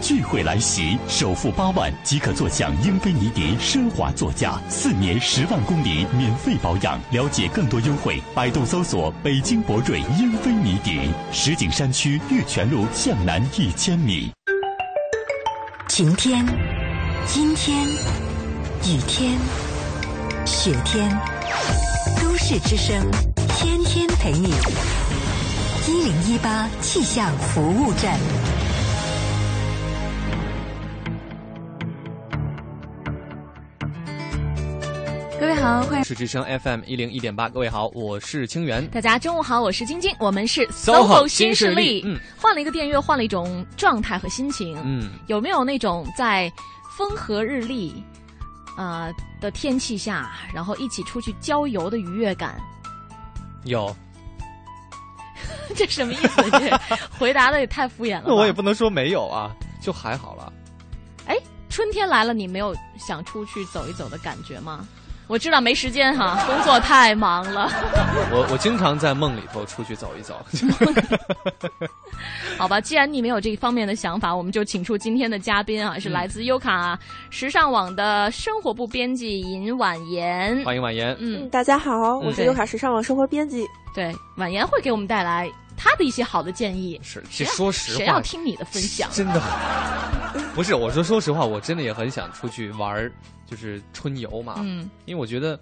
Speaker 9: 智慧来袭，首付八万即可坐享英菲尼迪奢华座驾，四年十万公里免费保养。了解更多优惠，百度搜索“北京博瑞英菲尼迪”，石景山区玉泉路向南一千米。
Speaker 8: 晴天、阴天、雨天、雪天，都市之声天天陪你。一零一八气象服务站。
Speaker 3: 各位好，欢迎
Speaker 4: 是之声 FM 一零一点八，各位好，我是清源。
Speaker 3: 大家中午好，我是晶晶，我们是
Speaker 4: SOHO
Speaker 3: 新势
Speaker 4: 新势力嗯
Speaker 3: 换了一个电乐，换了一种状态和心情。
Speaker 4: 嗯，
Speaker 3: 有没有那种在风和日丽，呃的天气下，然后一起出去郊游的愉悦感？
Speaker 4: 有。
Speaker 3: 这什么意思？这回答的也太敷衍了吧。
Speaker 4: 那我也不能说没有啊，就还好了。
Speaker 3: 哎，春天来了，你没有想出去走一走的感觉吗？我知道没时间哈， 工作太忙了。
Speaker 4: 我我经常在梦里头出去走一 走。
Speaker 3: 好吧，既然你没有这方面的想法，我们就请出今天的嘉宾啊，是来自优卡时尚网的生活部编辑尹婉言。
Speaker 4: 欢迎婉言，
Speaker 3: 嗯
Speaker 5: 嗯，，大家好，我
Speaker 4: 嗯
Speaker 5: 是优卡时尚网生活编辑。
Speaker 3: 对，婉言会给我们带来她的一些好的建议。
Speaker 4: 是，这说实话，
Speaker 3: 谁要听你的分享？
Speaker 4: 真的很不是我说，说实话，我真的也很想出去玩儿，就是春游嘛，
Speaker 3: 嗯，
Speaker 4: 因为我觉得。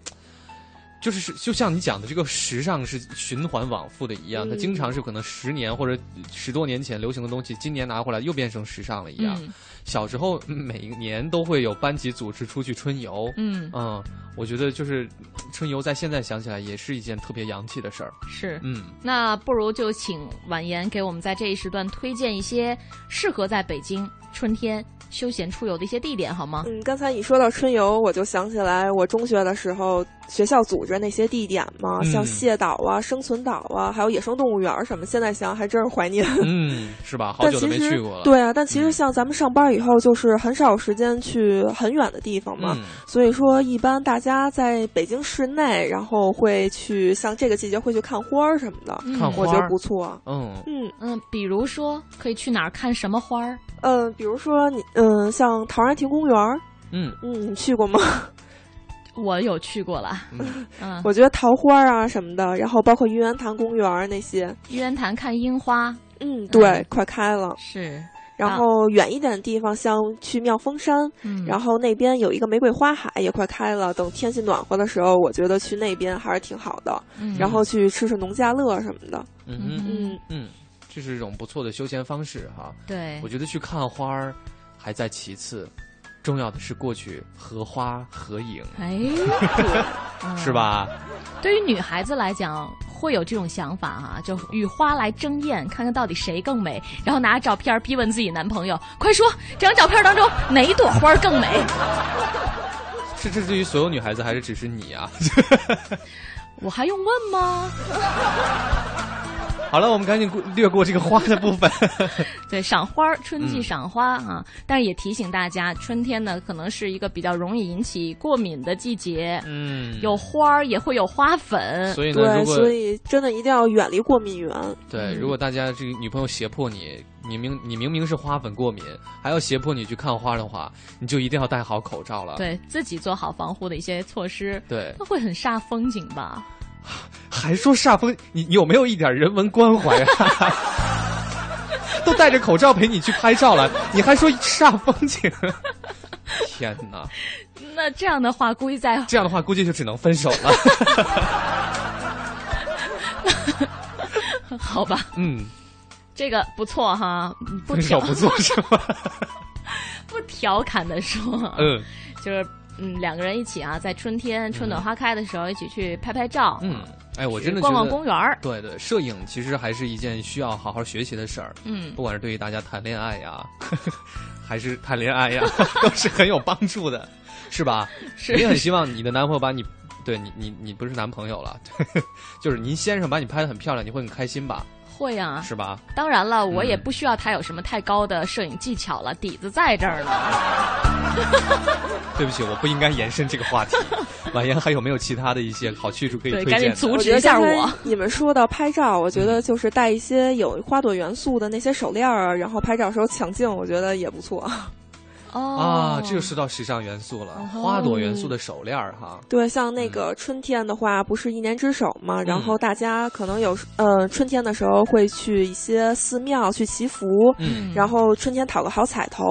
Speaker 4: 就是是就像你讲的，这个时尚是循环往复的一样，它经常
Speaker 5: 嗯
Speaker 4: 是可能十年或者十多年前流行的东西，今年拿回来又变成时尚了一样。
Speaker 3: 嗯
Speaker 4: 小时候嗯每年都会有班级组织出去春游，
Speaker 3: 嗯，
Speaker 4: 嗯，我觉得就是春游在现在想起来也是一件特别洋气的事儿，
Speaker 3: 是。
Speaker 4: 嗯。
Speaker 3: 那不如就请婉言给我们在这一时段推荐一些适合在北京春天休闲出游的一些地点，好吗？
Speaker 5: 嗯，刚才你说到春游，我就想起来我中学的时候，学校组织那些地点嘛，
Speaker 4: 嗯
Speaker 5: 像蟹岛啊、生存岛啊，还有野生动物园儿什么，现在想还真是怀念。
Speaker 4: 嗯，是吧？好
Speaker 5: 但
Speaker 4: 久都
Speaker 5: 其
Speaker 4: 没
Speaker 5: 实
Speaker 4: 去过了。
Speaker 5: 对啊，但其
Speaker 4: 嗯
Speaker 5: 实像咱们上班以后，就是很少有时间去很远的地方嘛，
Speaker 4: 嗯，
Speaker 5: 所以说一般大家在北京市内，然后会去像这个季节会去看花儿什么的，
Speaker 4: 看
Speaker 5: 我
Speaker 4: 花
Speaker 5: 觉
Speaker 4: 儿
Speaker 5: 得不错。
Speaker 4: 嗯，
Speaker 5: 嗯
Speaker 3: 嗯，比如说可以去哪儿看什么花儿？
Speaker 5: 呃，比如说你嗯、像陶然亭公园儿，
Speaker 4: 嗯
Speaker 5: 嗯，你去过吗？
Speaker 3: 我有去过了，
Speaker 4: 嗯
Speaker 3: 嗯，
Speaker 5: 我觉得桃花啊什么的，然后包括玉渊潭公园儿那些，
Speaker 3: 玉渊潭看樱花
Speaker 5: 嗯，对，快开了。
Speaker 3: 是，
Speaker 5: 然
Speaker 3: 啊
Speaker 5: 后远一点的地方，像去妙峰山，
Speaker 3: 嗯，
Speaker 5: 然后那边有一个玫瑰花海也快开了。等天气暖和的时候，我觉得去那边还是挺好的。
Speaker 3: 嗯
Speaker 5: 然后去吃吃农家乐什么的，
Speaker 4: 嗯哼
Speaker 3: 嗯哎
Speaker 5: 嗯，
Speaker 4: 嗯，这是一种不错的休闲方式哈、
Speaker 3: 对
Speaker 4: 我，觉得去看花儿还在其次，重要的是过去荷花合影，
Speaker 3: 哎，
Speaker 4: 是吧？
Speaker 3: 对于女孩子来讲，会有这种想法啊，就与花来争艳，看看到底谁更美，然后拿着照片儿逼问自己男朋友，快说这张照片当中哪一朵花儿更美？
Speaker 4: 是这对于所有女孩子还是只是你啊？
Speaker 3: 我还用问吗？
Speaker 4: 好了，我们赶紧过略过这个花的部分。
Speaker 3: 对，赏花儿，春季
Speaker 4: 嗯
Speaker 3: 赏花、啊，但是也提醒大家，春天呢可能是一个比较容易引起过敏的季节，
Speaker 4: 嗯，
Speaker 3: 有花儿也会有花粉，
Speaker 4: 所以呢，如
Speaker 5: 对，
Speaker 4: 果
Speaker 5: 所以真的一定要远离过敏源。
Speaker 4: 对，
Speaker 3: 嗯
Speaker 4: 如果大家这个女朋友胁迫你，你明你明明是花粉过敏，还要胁迫你去看花的话，你就一定要戴好口罩了。
Speaker 3: 对自己做好防护的一些措施，
Speaker 4: 啊对，
Speaker 3: 那会很煞风景吧？
Speaker 4: 还说煞风，你你有没有一点人文关怀啊？ 都戴着口罩陪你去拍照了，你还说煞风景？ 天哪，
Speaker 3: 那这样的话，估计在
Speaker 4: 这样的话估计就只能分手了。
Speaker 3: 好吧，
Speaker 4: 嗯，
Speaker 3: 这个不错哈，嗯不
Speaker 4: 分手
Speaker 3: 调
Speaker 4: 不做是吗？
Speaker 3: 不调侃的说，
Speaker 4: 嗯
Speaker 3: 就是嗯，两个人一起啊，在春天春暖花开的时候，一起去拍拍照，
Speaker 4: 嗯，哎，我真的
Speaker 3: 逛
Speaker 4: 觉
Speaker 3: 逛
Speaker 4: 得
Speaker 3: 公园儿，
Speaker 4: 对对，摄影其实还是一件需要好好学习的事儿。
Speaker 3: 嗯
Speaker 4: 不管是对于大家谈恋爱呀， 还是 谈恋爱呀，都是很有帮助的，是吧？
Speaker 3: 是
Speaker 4: 我也很希望你的男朋友把你对你你你不是男朋友了， 就是您先生把你拍的很漂亮，你会很开心吧？
Speaker 3: 会啊，
Speaker 4: 是吧？
Speaker 3: 当然了，我也不需要他有什么太高的摄影技巧了，底子在这儿
Speaker 4: 啊
Speaker 3: 呢。
Speaker 4: 对不起，我不应该延伸这个话 题。婉言还有没有其他的一些好去处可以推
Speaker 3: 对，
Speaker 4: 荐的？啊
Speaker 3: 赶紧阻
Speaker 5: 我
Speaker 3: 止
Speaker 5: 觉
Speaker 3: 一
Speaker 5: 得
Speaker 3: 下啊
Speaker 5: 刚才
Speaker 3: 我。
Speaker 5: 你们说到拍照，我觉得就是带一些有花朵元素的那些手链儿啊，然后拍照时候抢镜，我觉得也不错。
Speaker 3: 哦
Speaker 4: 啊，这就是到时尚元素了，花朵元素的手链儿哈。
Speaker 5: 对，像那个春天的话，不是一年之首嘛，然后大家可能有时，呃，春天的时候会去一些寺庙去祈福，
Speaker 4: 嗯
Speaker 5: 然后春天讨个好彩头。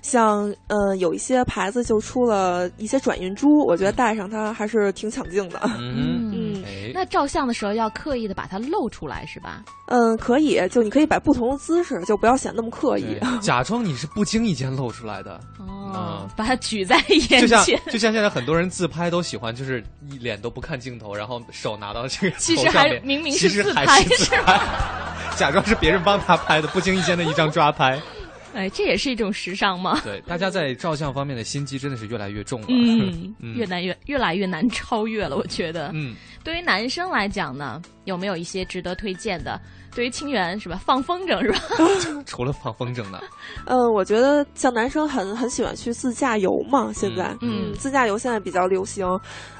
Speaker 5: 像，呃，有一些牌子就出了一些转运珠，我觉得戴上它还是挺抢镜的。
Speaker 4: 嗯，
Speaker 3: 嗯，
Speaker 4: 哎，
Speaker 3: 那照相的时候要刻意的把它露出来，是吧？
Speaker 5: 嗯，可以，就你可以摆不同的姿势，就不要显那么刻意。
Speaker 4: 对假装你是不经意间露出来的，
Speaker 3: 哦
Speaker 4: 啊，
Speaker 3: 把它举在眼
Speaker 4: 就像
Speaker 3: 前，
Speaker 4: 就像现在很多人自拍都喜欢，就是一脸都不看镜头，然后手拿到这个
Speaker 3: 其
Speaker 4: 头
Speaker 3: 实
Speaker 4: 上
Speaker 3: 还
Speaker 4: 面
Speaker 3: 明明
Speaker 4: 其
Speaker 3: 是
Speaker 4: 实
Speaker 3: 自
Speaker 4: 还
Speaker 3: 拍
Speaker 4: 是自
Speaker 3: 是
Speaker 4: 拍， 假装是别人帮他拍的，不经意间的一张抓拍。
Speaker 3: 哎，这也是一种时尚吗？
Speaker 4: 对，大家在照相方面的心机真的是越来越重了。
Speaker 3: 嗯
Speaker 4: ，嗯
Speaker 3: 越来越越来越难超越了，我觉得。
Speaker 4: 嗯，
Speaker 3: 对于男生来讲呢，有没有一些值得推荐的？对于清源是吧，放风筝是吧？
Speaker 4: 除了放风筝呢，
Speaker 5: 嗯，我觉得像男生很很喜欢去自驾游嘛，现在。
Speaker 3: 嗯
Speaker 5: 自驾游现在比较流行，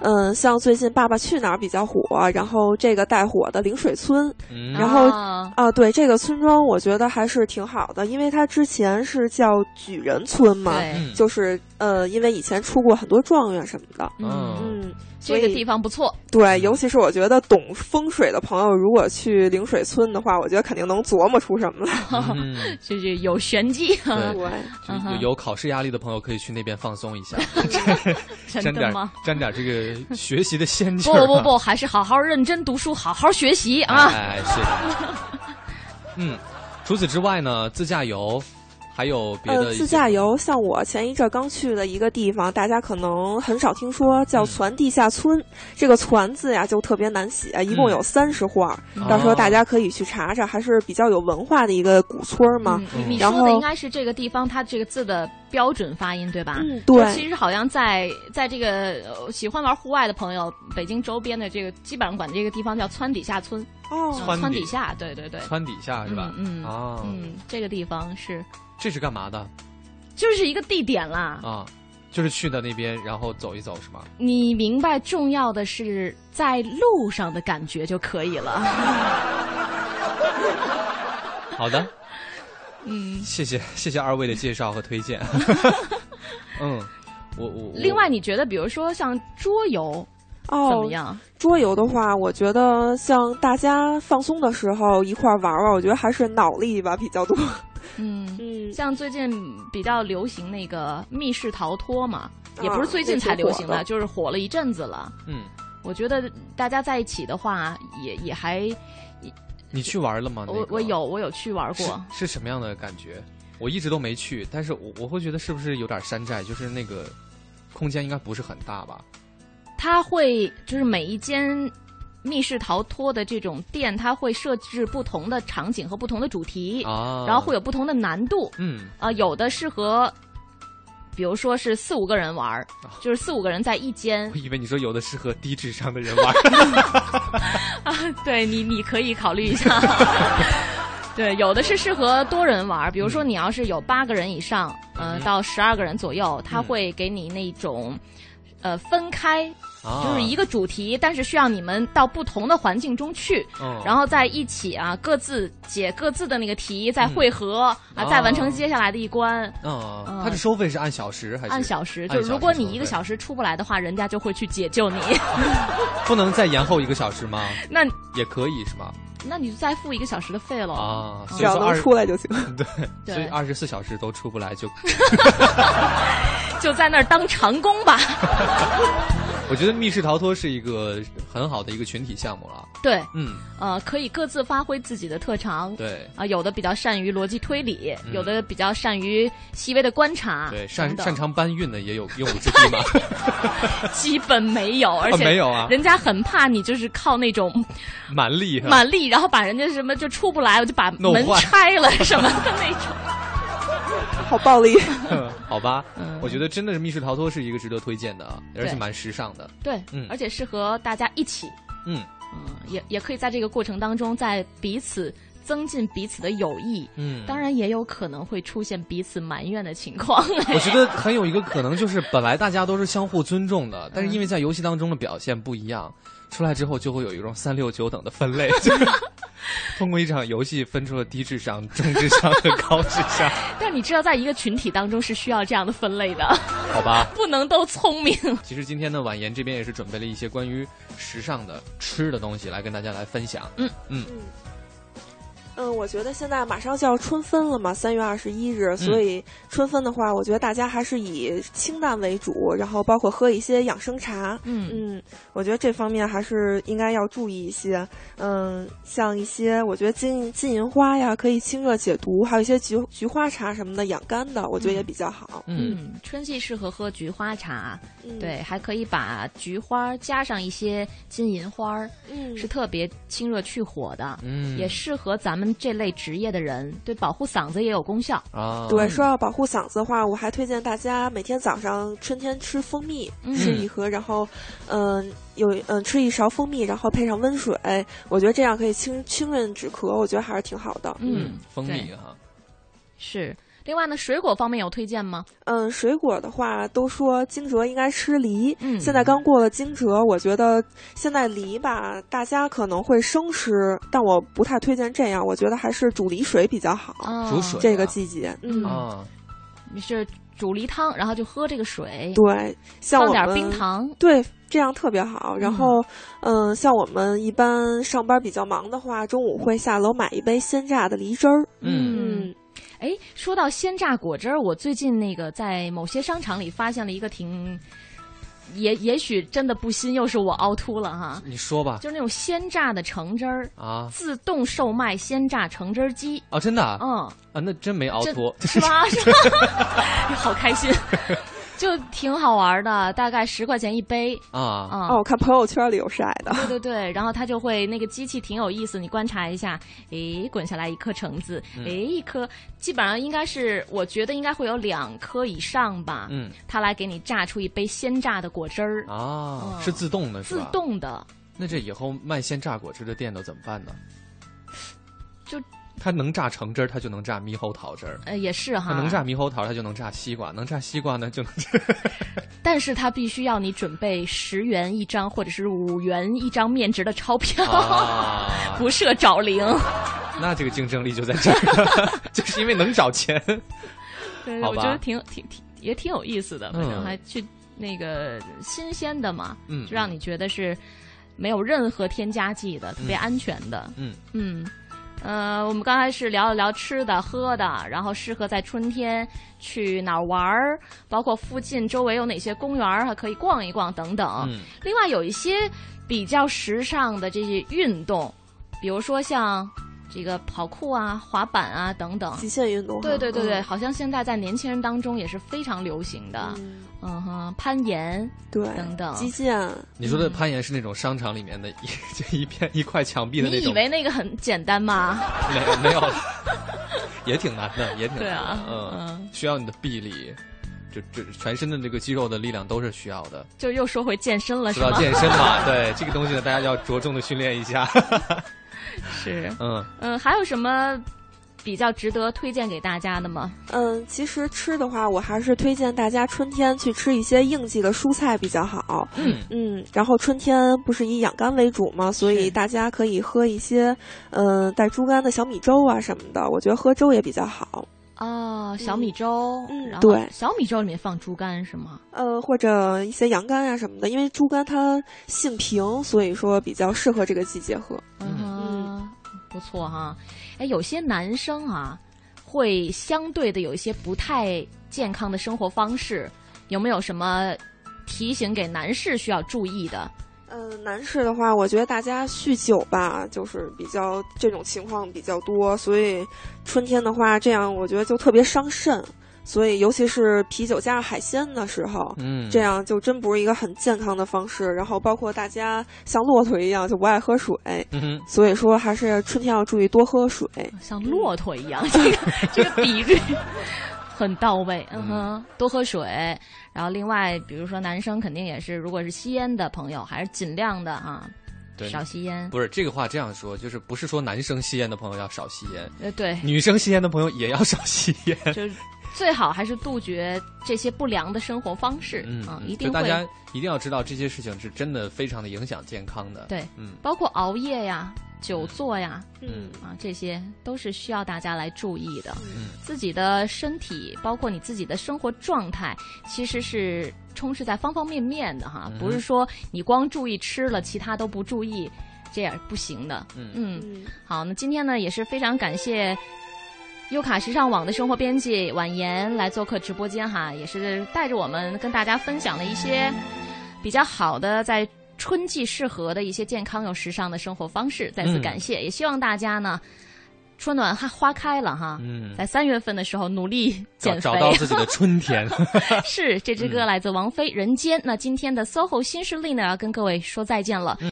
Speaker 5: 嗯，像最近《爸爸去哪儿》比较火，然后这个带火的陵水村
Speaker 4: 嗯
Speaker 5: 然后
Speaker 3: 啊
Speaker 5: 啊，对这个村庄，我觉得还是挺好的，因为它之前是叫举人村嘛，
Speaker 3: 对，
Speaker 4: 嗯
Speaker 5: 就是呃，因为以前出过很多状元什么的，
Speaker 4: 嗯
Speaker 5: 嗯，所
Speaker 3: 这
Speaker 5: 以
Speaker 3: 个地方不错。
Speaker 5: 对，尤其是我觉得懂风水的朋友，如果去陵水村的话，我觉得肯定能琢磨出什么来。
Speaker 4: 嗯，
Speaker 3: 就是有玄机，
Speaker 4: 对
Speaker 5: 对，
Speaker 4: 就
Speaker 3: 嗯哼
Speaker 4: 有有考试压力的朋友可以去那边放松一下，
Speaker 3: 真
Speaker 4: 沾
Speaker 3: 的
Speaker 4: 点
Speaker 3: 吗？
Speaker 4: 沾点这个学习的仙气
Speaker 3: 不
Speaker 4: 儿啊。
Speaker 3: 不不，还是好好认真读书，好好学习啊！
Speaker 4: 哎，是的。嗯，除此之外呢，自驾游还有别的
Speaker 5: 呃，
Speaker 4: 一些
Speaker 5: 自驾游，像我前一阵儿刚去的一个地方，大家可能很少听说，叫
Speaker 4: 嗯
Speaker 5: 攒地下村。这个“攒”字呀，就特别难写，一共
Speaker 4: 嗯
Speaker 5: 有三十画儿，
Speaker 4: 嗯
Speaker 5: 到时
Speaker 4: 哦
Speaker 5: 候大家可以去查查，还是比较有文化的一个古村儿嘛。
Speaker 3: 嗯，你
Speaker 5: 然
Speaker 3: 说的
Speaker 5: 后
Speaker 3: 应该是这个地方它这个字的标准发音对吧？
Speaker 5: 嗯，
Speaker 3: 我
Speaker 5: 对，
Speaker 3: 其实好像在在这个、呃喜欢玩户外的朋友，北京周边的这个基本上管这个地方叫川底下村，
Speaker 5: 哦，
Speaker 4: 川
Speaker 3: 川
Speaker 4: 底
Speaker 3: 底下，对对对，
Speaker 4: 川底下是吧？
Speaker 3: 嗯嗯
Speaker 4: 啊，
Speaker 3: 嗯，这个地方是
Speaker 4: 这是干嘛的
Speaker 3: 就是一个地点啦。
Speaker 4: 啊？就是去到那边，然后走一走 是吗？
Speaker 3: 你明白，重要的是在路上的感觉就可以了。
Speaker 4: 好的，嗯，谢谢谢谢二位的介绍和推 荐。嗯，我我我
Speaker 3: 另外，你觉得比如说像桌游怎
Speaker 5: 哦
Speaker 3: 么，样？
Speaker 5: 桌游的话，我觉得像大家放松的时候一块儿玩玩，我觉得还是脑力吧比较多。
Speaker 3: 嗯。
Speaker 5: 嗯，
Speaker 3: 像最近比较流行那个密室逃脱嘛，也不
Speaker 5: 啊
Speaker 3: 是最近
Speaker 5: 这挺
Speaker 3: 才流
Speaker 5: 火
Speaker 3: 行的，
Speaker 5: 的
Speaker 3: 就是火了一阵子了。
Speaker 4: 嗯，
Speaker 3: 我觉得大家在一起的话，也也还，
Speaker 4: 你去玩了吗？那
Speaker 3: 我
Speaker 4: 个
Speaker 3: 我有我有去玩过，
Speaker 4: 是是什么样的感觉？我一直都没去，但是我我会觉得是不是有点山寨？就是那个空间应该不是很大吧？
Speaker 3: 它会就是每一间密室逃脱的这种店，它会设置不同的场景和不同的主题，
Speaker 4: 啊，
Speaker 3: 然后会有不同的难度。
Speaker 4: 嗯
Speaker 3: 啊、有的适合，比如说是四五个人玩儿，
Speaker 4: 啊
Speaker 3: 就是四五个人在一间
Speaker 4: 我。以为你说有的适合低智商的人玩。
Speaker 3: 对你，你可以考虑一 下。对，有的是适合多人玩儿，比如说你要是有八个人以上，呃，
Speaker 4: 嗯
Speaker 3: 到十二个人左右，他
Speaker 4: 嗯
Speaker 3: 会给你那种，呃，分开，
Speaker 4: 啊
Speaker 3: 就是一个主题，但是需要你们到不同的环境中去，
Speaker 4: 嗯
Speaker 3: 然后在一起啊，各自解各自的那个题，再汇合、
Speaker 4: 啊
Speaker 3: 啊，再完成接下来的一关。
Speaker 4: 嗯，
Speaker 3: 嗯
Speaker 4: 它的收费是按小时还是
Speaker 3: 按小时，
Speaker 4: 按
Speaker 3: 就
Speaker 4: 小
Speaker 3: 如果
Speaker 4: 收
Speaker 3: 你一个
Speaker 4: 费
Speaker 3: 小时出不来的话，人家就会去解救 你。
Speaker 4: 不能再延后一个小时吗？
Speaker 3: 那
Speaker 4: 也可以是吗？
Speaker 3: 那你就再付一个小时的费了。
Speaker 4: 啊，所
Speaker 5: 只
Speaker 4: 以
Speaker 5: 要
Speaker 4: 说
Speaker 5: 能
Speaker 4: 二
Speaker 5: 出来就行。
Speaker 4: 对，
Speaker 3: 对
Speaker 4: 所以二十四小时都出不来就，
Speaker 3: 就在那儿当长工 吧。
Speaker 4: 我觉得密室逃脱是一个很好的一个群体项目了。
Speaker 3: 对，
Speaker 4: 嗯，
Speaker 3: 呃，可以各自发挥自己的特长。
Speaker 4: 对。
Speaker 3: 啊，有的比较善于逻辑推理，
Speaker 4: 嗯
Speaker 3: 有的比较善于细微的观察，
Speaker 4: 对，擅
Speaker 3: 等等
Speaker 4: 擅长搬运的也有用武之地嘛。
Speaker 3: 基本没有，而且
Speaker 4: 没有啊
Speaker 3: 人家很怕你就是靠那种
Speaker 4: 蛮力哈，
Speaker 3: 蛮力，然后把人家什么就出不来，我就把
Speaker 4: 弄
Speaker 3: 门
Speaker 4: 坏
Speaker 3: 拆了什么的那种。
Speaker 5: 好暴力。
Speaker 4: 好吧，
Speaker 3: 嗯
Speaker 4: 我觉得真的是密室逃脱是一个值得推荐的啊，而且蛮时尚的。
Speaker 3: 对，
Speaker 4: 嗯
Speaker 3: 而且适合大家一起，
Speaker 4: 嗯
Speaker 3: 嗯，也也可以在这个过程当中，在彼此增进彼此的友谊。
Speaker 4: 嗯，
Speaker 3: 当然也有可能会出现彼此埋怨的情况，
Speaker 4: 我觉得很有一个可能就是，本来大家都是相互尊重的，但是因为在游戏当中的表现不一样，出来之后就会有一种三六九等的分类，就是通过一场游戏分出了低智商、中智商和高智商，
Speaker 3: 但你知道，在一个群体当中是需要这样的分类的，
Speaker 4: 好吧？
Speaker 3: 不能都聪明。
Speaker 4: 其实今天呢，婉言这边也是准备了一些关于时尚的吃的东西来跟大家来分享。
Speaker 3: 嗯
Speaker 4: 嗯，
Speaker 5: 嗯，我觉得现在马上就要春分了嘛，三月二十一日，
Speaker 3: 嗯
Speaker 5: 所以春分的话，我觉得大家还是以清淡为主，然后包括喝一些养生茶。
Speaker 3: 嗯，
Speaker 5: 嗯，我觉得这方面还是应该要注意一些。嗯，像一些我觉得金金银花呀，可以清热解毒，还有一些菊菊花茶什么的养肝的，我觉得也比较好。
Speaker 4: 嗯
Speaker 3: 嗯，春季适合喝菊花茶，
Speaker 5: 嗯，
Speaker 3: 对，，还可以把菊花加上一些金银花儿，
Speaker 5: 嗯，
Speaker 3: 是特别清热去火的，
Speaker 4: 嗯，
Speaker 3: 也适合咱们这类职业的人，对保护嗓子也有功效。
Speaker 4: 啊，
Speaker 5: 对，说要保护嗓子的话，我还推荐大家每天早上春天吃蜂蜜，
Speaker 3: 嗯
Speaker 5: 吃一盒，然后，嗯、有嗯、吃一勺蜂蜜，然后配上温水，我觉得这样可以清清润止咳，我觉得还是挺好的。
Speaker 4: 嗯，蜂蜜
Speaker 3: 对
Speaker 4: 哈，
Speaker 3: 是。另外呢，水果方面有推荐吗？
Speaker 5: 嗯，水果的话，都说惊蛰应该吃梨，
Speaker 3: 嗯
Speaker 5: 现在刚过了惊蛰，我觉得现在梨吧，大家可能会生吃，但我不太推荐这样，我觉得还是煮梨水比较好。
Speaker 3: 啊
Speaker 4: 煮水
Speaker 5: 这个
Speaker 4: 啊
Speaker 5: 季节，
Speaker 3: 嗯
Speaker 4: 啊，
Speaker 3: 是煮梨汤，然后就喝这个水，
Speaker 5: 嗯对，像
Speaker 3: 放
Speaker 5: 我
Speaker 3: 点
Speaker 5: 们
Speaker 3: 冰糖。
Speaker 5: 对，这样特别好。然后，嗯、像我们一般上班比较忙的话，中午会下楼买一杯鲜榨的梨汁儿。
Speaker 4: 嗯
Speaker 5: 嗯，
Speaker 3: 哎，说到鲜榨果汁儿，我最近那个在某些商场里发现了一个挺，也也许真的不新，又是我凹凸了哈，
Speaker 4: 你说吧
Speaker 3: 就是那种鲜榨的橙汁儿，
Speaker 4: 啊
Speaker 3: 自动售卖鲜榨橙汁儿机，
Speaker 4: 啊，真的啊，
Speaker 3: 嗯，
Speaker 4: 啊那真没熬
Speaker 3: 这
Speaker 4: 脱，
Speaker 3: 是吧？是吧？好开 心，就挺好玩儿的，大概十块钱一杯
Speaker 4: 啊，
Speaker 3: 啊。
Speaker 5: 哦，我看朋友圈里有晒的。
Speaker 3: 对对对，然后它就会那个机器挺有意思，你观察一下，诶，滚下来一颗橙子，
Speaker 4: 嗯
Speaker 3: 诶，一颗，基本上应该是，我觉得应该会有两颗以上吧，
Speaker 4: 嗯
Speaker 3: 它来给你榨出一杯鲜榨的果汁儿，
Speaker 4: 啊，
Speaker 3: 嗯
Speaker 4: 是自动的是
Speaker 3: 自
Speaker 4: 吧？。
Speaker 3: 动的，
Speaker 4: 那这以后卖鲜榨果汁的店都怎么办呢？
Speaker 3: 就
Speaker 4: 它能榨橙汁儿，它就能榨猕猴桃汁儿；
Speaker 3: 呃，也是
Speaker 4: 它
Speaker 3: 哈，
Speaker 4: 能榨猕猴桃，它就能榨西瓜；能榨西瓜呢，就能榨。
Speaker 3: 但是它必须要你准备十元一张或者是五元一张面值的钞票，
Speaker 4: 啊，
Speaker 3: 不设找零，
Speaker 4: 那这个竞争力就在这儿了， 就是因为能 找钱。
Speaker 3: 对，
Speaker 4: 好
Speaker 3: 我
Speaker 4: 吧
Speaker 3: 觉得挺挺挺也挺有意思的，反正
Speaker 4: 嗯
Speaker 3: 还去那个新鲜的嘛，
Speaker 4: 嗯
Speaker 3: 就让你觉得是没有任何添加剂的，特别安全的，
Speaker 4: 嗯
Speaker 3: 嗯。呃，我们刚开始聊了聊吃的喝的，然后适合在春天去哪儿玩儿，包括附近周围有哪些公园儿还啊可以逛一逛等等。
Speaker 4: 嗯
Speaker 3: 另外有一些比较时尚的这些运动，比如说像这个跑酷啊、滑板啊等等，
Speaker 5: 极限运动哈，
Speaker 3: 对对对对，
Speaker 5: 嗯，
Speaker 3: 好像现在在年轻人当中也是非常流行的，
Speaker 5: 嗯
Speaker 3: 嗯哼，攀岩，
Speaker 5: 对，
Speaker 3: 等等
Speaker 5: 击剑，
Speaker 4: 你说
Speaker 3: 嗯
Speaker 4: 的攀岩是那种商场里面的一 就一片一块墙壁的那
Speaker 3: 你以
Speaker 4: 种，
Speaker 3: 为那个很简单吗？
Speaker 4: 没有没有， 也挺难的，也挺难的。
Speaker 3: 对啊，
Speaker 4: 嗯，
Speaker 3: 嗯，
Speaker 4: 需要你的臂力，这这全身的这个肌肉的力量都是需要的。
Speaker 3: 就又说回健身了
Speaker 4: 说
Speaker 3: 是
Speaker 4: 到
Speaker 3: 吗？
Speaker 4: 健身嘛，对这个东西呢，大家要着重的训练一下。
Speaker 3: 是，
Speaker 4: 嗯，
Speaker 3: 嗯，还有什么比较值得推荐给大家的吗？
Speaker 5: 嗯，其实吃的话，我还是推荐大家春天去吃一些应季的蔬菜比较好。
Speaker 4: 嗯
Speaker 5: 嗯，然后春天不是以养肝为主嘛，所以大家可以喝一些，嗯、带猪肝的小米粥啊什么的，我觉得喝粥也比较好。
Speaker 3: 哦，小米粥，
Speaker 5: 嗯
Speaker 3: 然后
Speaker 5: 对
Speaker 3: 小米粥里面放猪肝是吗？
Speaker 5: 呃，或者一些羊肝啊什么的，因为猪肝它性平，所以说比较适合这个季节喝。
Speaker 3: 嗯哼，不错哈。哎，有些男生啊，会相对的有一些不太健康的生活方式，有没有什么提醒给男士需要注意的？
Speaker 5: 呃，男士的话，我觉得大家酗酒吧，就是比较这种情况比较多，所以春天的话，这样我觉得就特别伤肾，所以尤其是啤酒加上海鲜的时候。
Speaker 4: 嗯，
Speaker 5: 这样就真不是一个很健康的方式，然后包括大家像骆驼一样就不爱喝水，
Speaker 4: 嗯哼，
Speaker 5: 所以说还是春天要注意多喝水。
Speaker 3: 像骆驼一样，这个这个比喻。很到位。嗯哼，多喝水。然后另外，比如说男生肯定也是，如果是吸烟的朋友，还是尽量的啊，
Speaker 4: 对
Speaker 3: 少吸烟。
Speaker 4: 不是这个话这样说，就是不是说男生吸烟的朋友要少吸烟，
Speaker 3: 呃，对，
Speaker 4: 女生吸烟的朋友也要少吸烟。
Speaker 3: 就是最好还是杜绝这些不良的生活方式
Speaker 4: 嗯
Speaker 3: 啊，，
Speaker 4: 嗯
Speaker 3: 一定
Speaker 4: 所以大
Speaker 3: 会。
Speaker 4: 家一定要知道这些事情是真的非常的影响健康的。
Speaker 3: 对，
Speaker 4: 嗯
Speaker 3: 包括熬夜呀、久坐呀
Speaker 4: 嗯，
Speaker 3: 啊，这些都是需要大家来注意的。
Speaker 4: 嗯
Speaker 3: 自己的身体，包括你自己的生活状态，其实是充斥在方方面面的哈，
Speaker 4: 嗯
Speaker 3: 不是说你光注意吃了，其他都不注意，这样不行的。
Speaker 4: 嗯
Speaker 3: 嗯
Speaker 5: 嗯，
Speaker 3: 好，那今天呢也是非常感谢优卡时尚网的生活编辑婉言来做客直播间哈，也是带着我们跟大家分享了一些比较好的在。春季适合的一些健康又时尚的生活方式，再次
Speaker 4: 嗯
Speaker 3: 感谢，也希望大家呢，春暖花花开了哈，
Speaker 4: 嗯，
Speaker 3: 在三月份的时候努力
Speaker 4: 找
Speaker 3: 减肥
Speaker 4: 找，到 自己嗯的春天。
Speaker 3: 是这支歌来自王菲《人间》。那今天的 SOHO 新势力呢，要跟各位说再见了。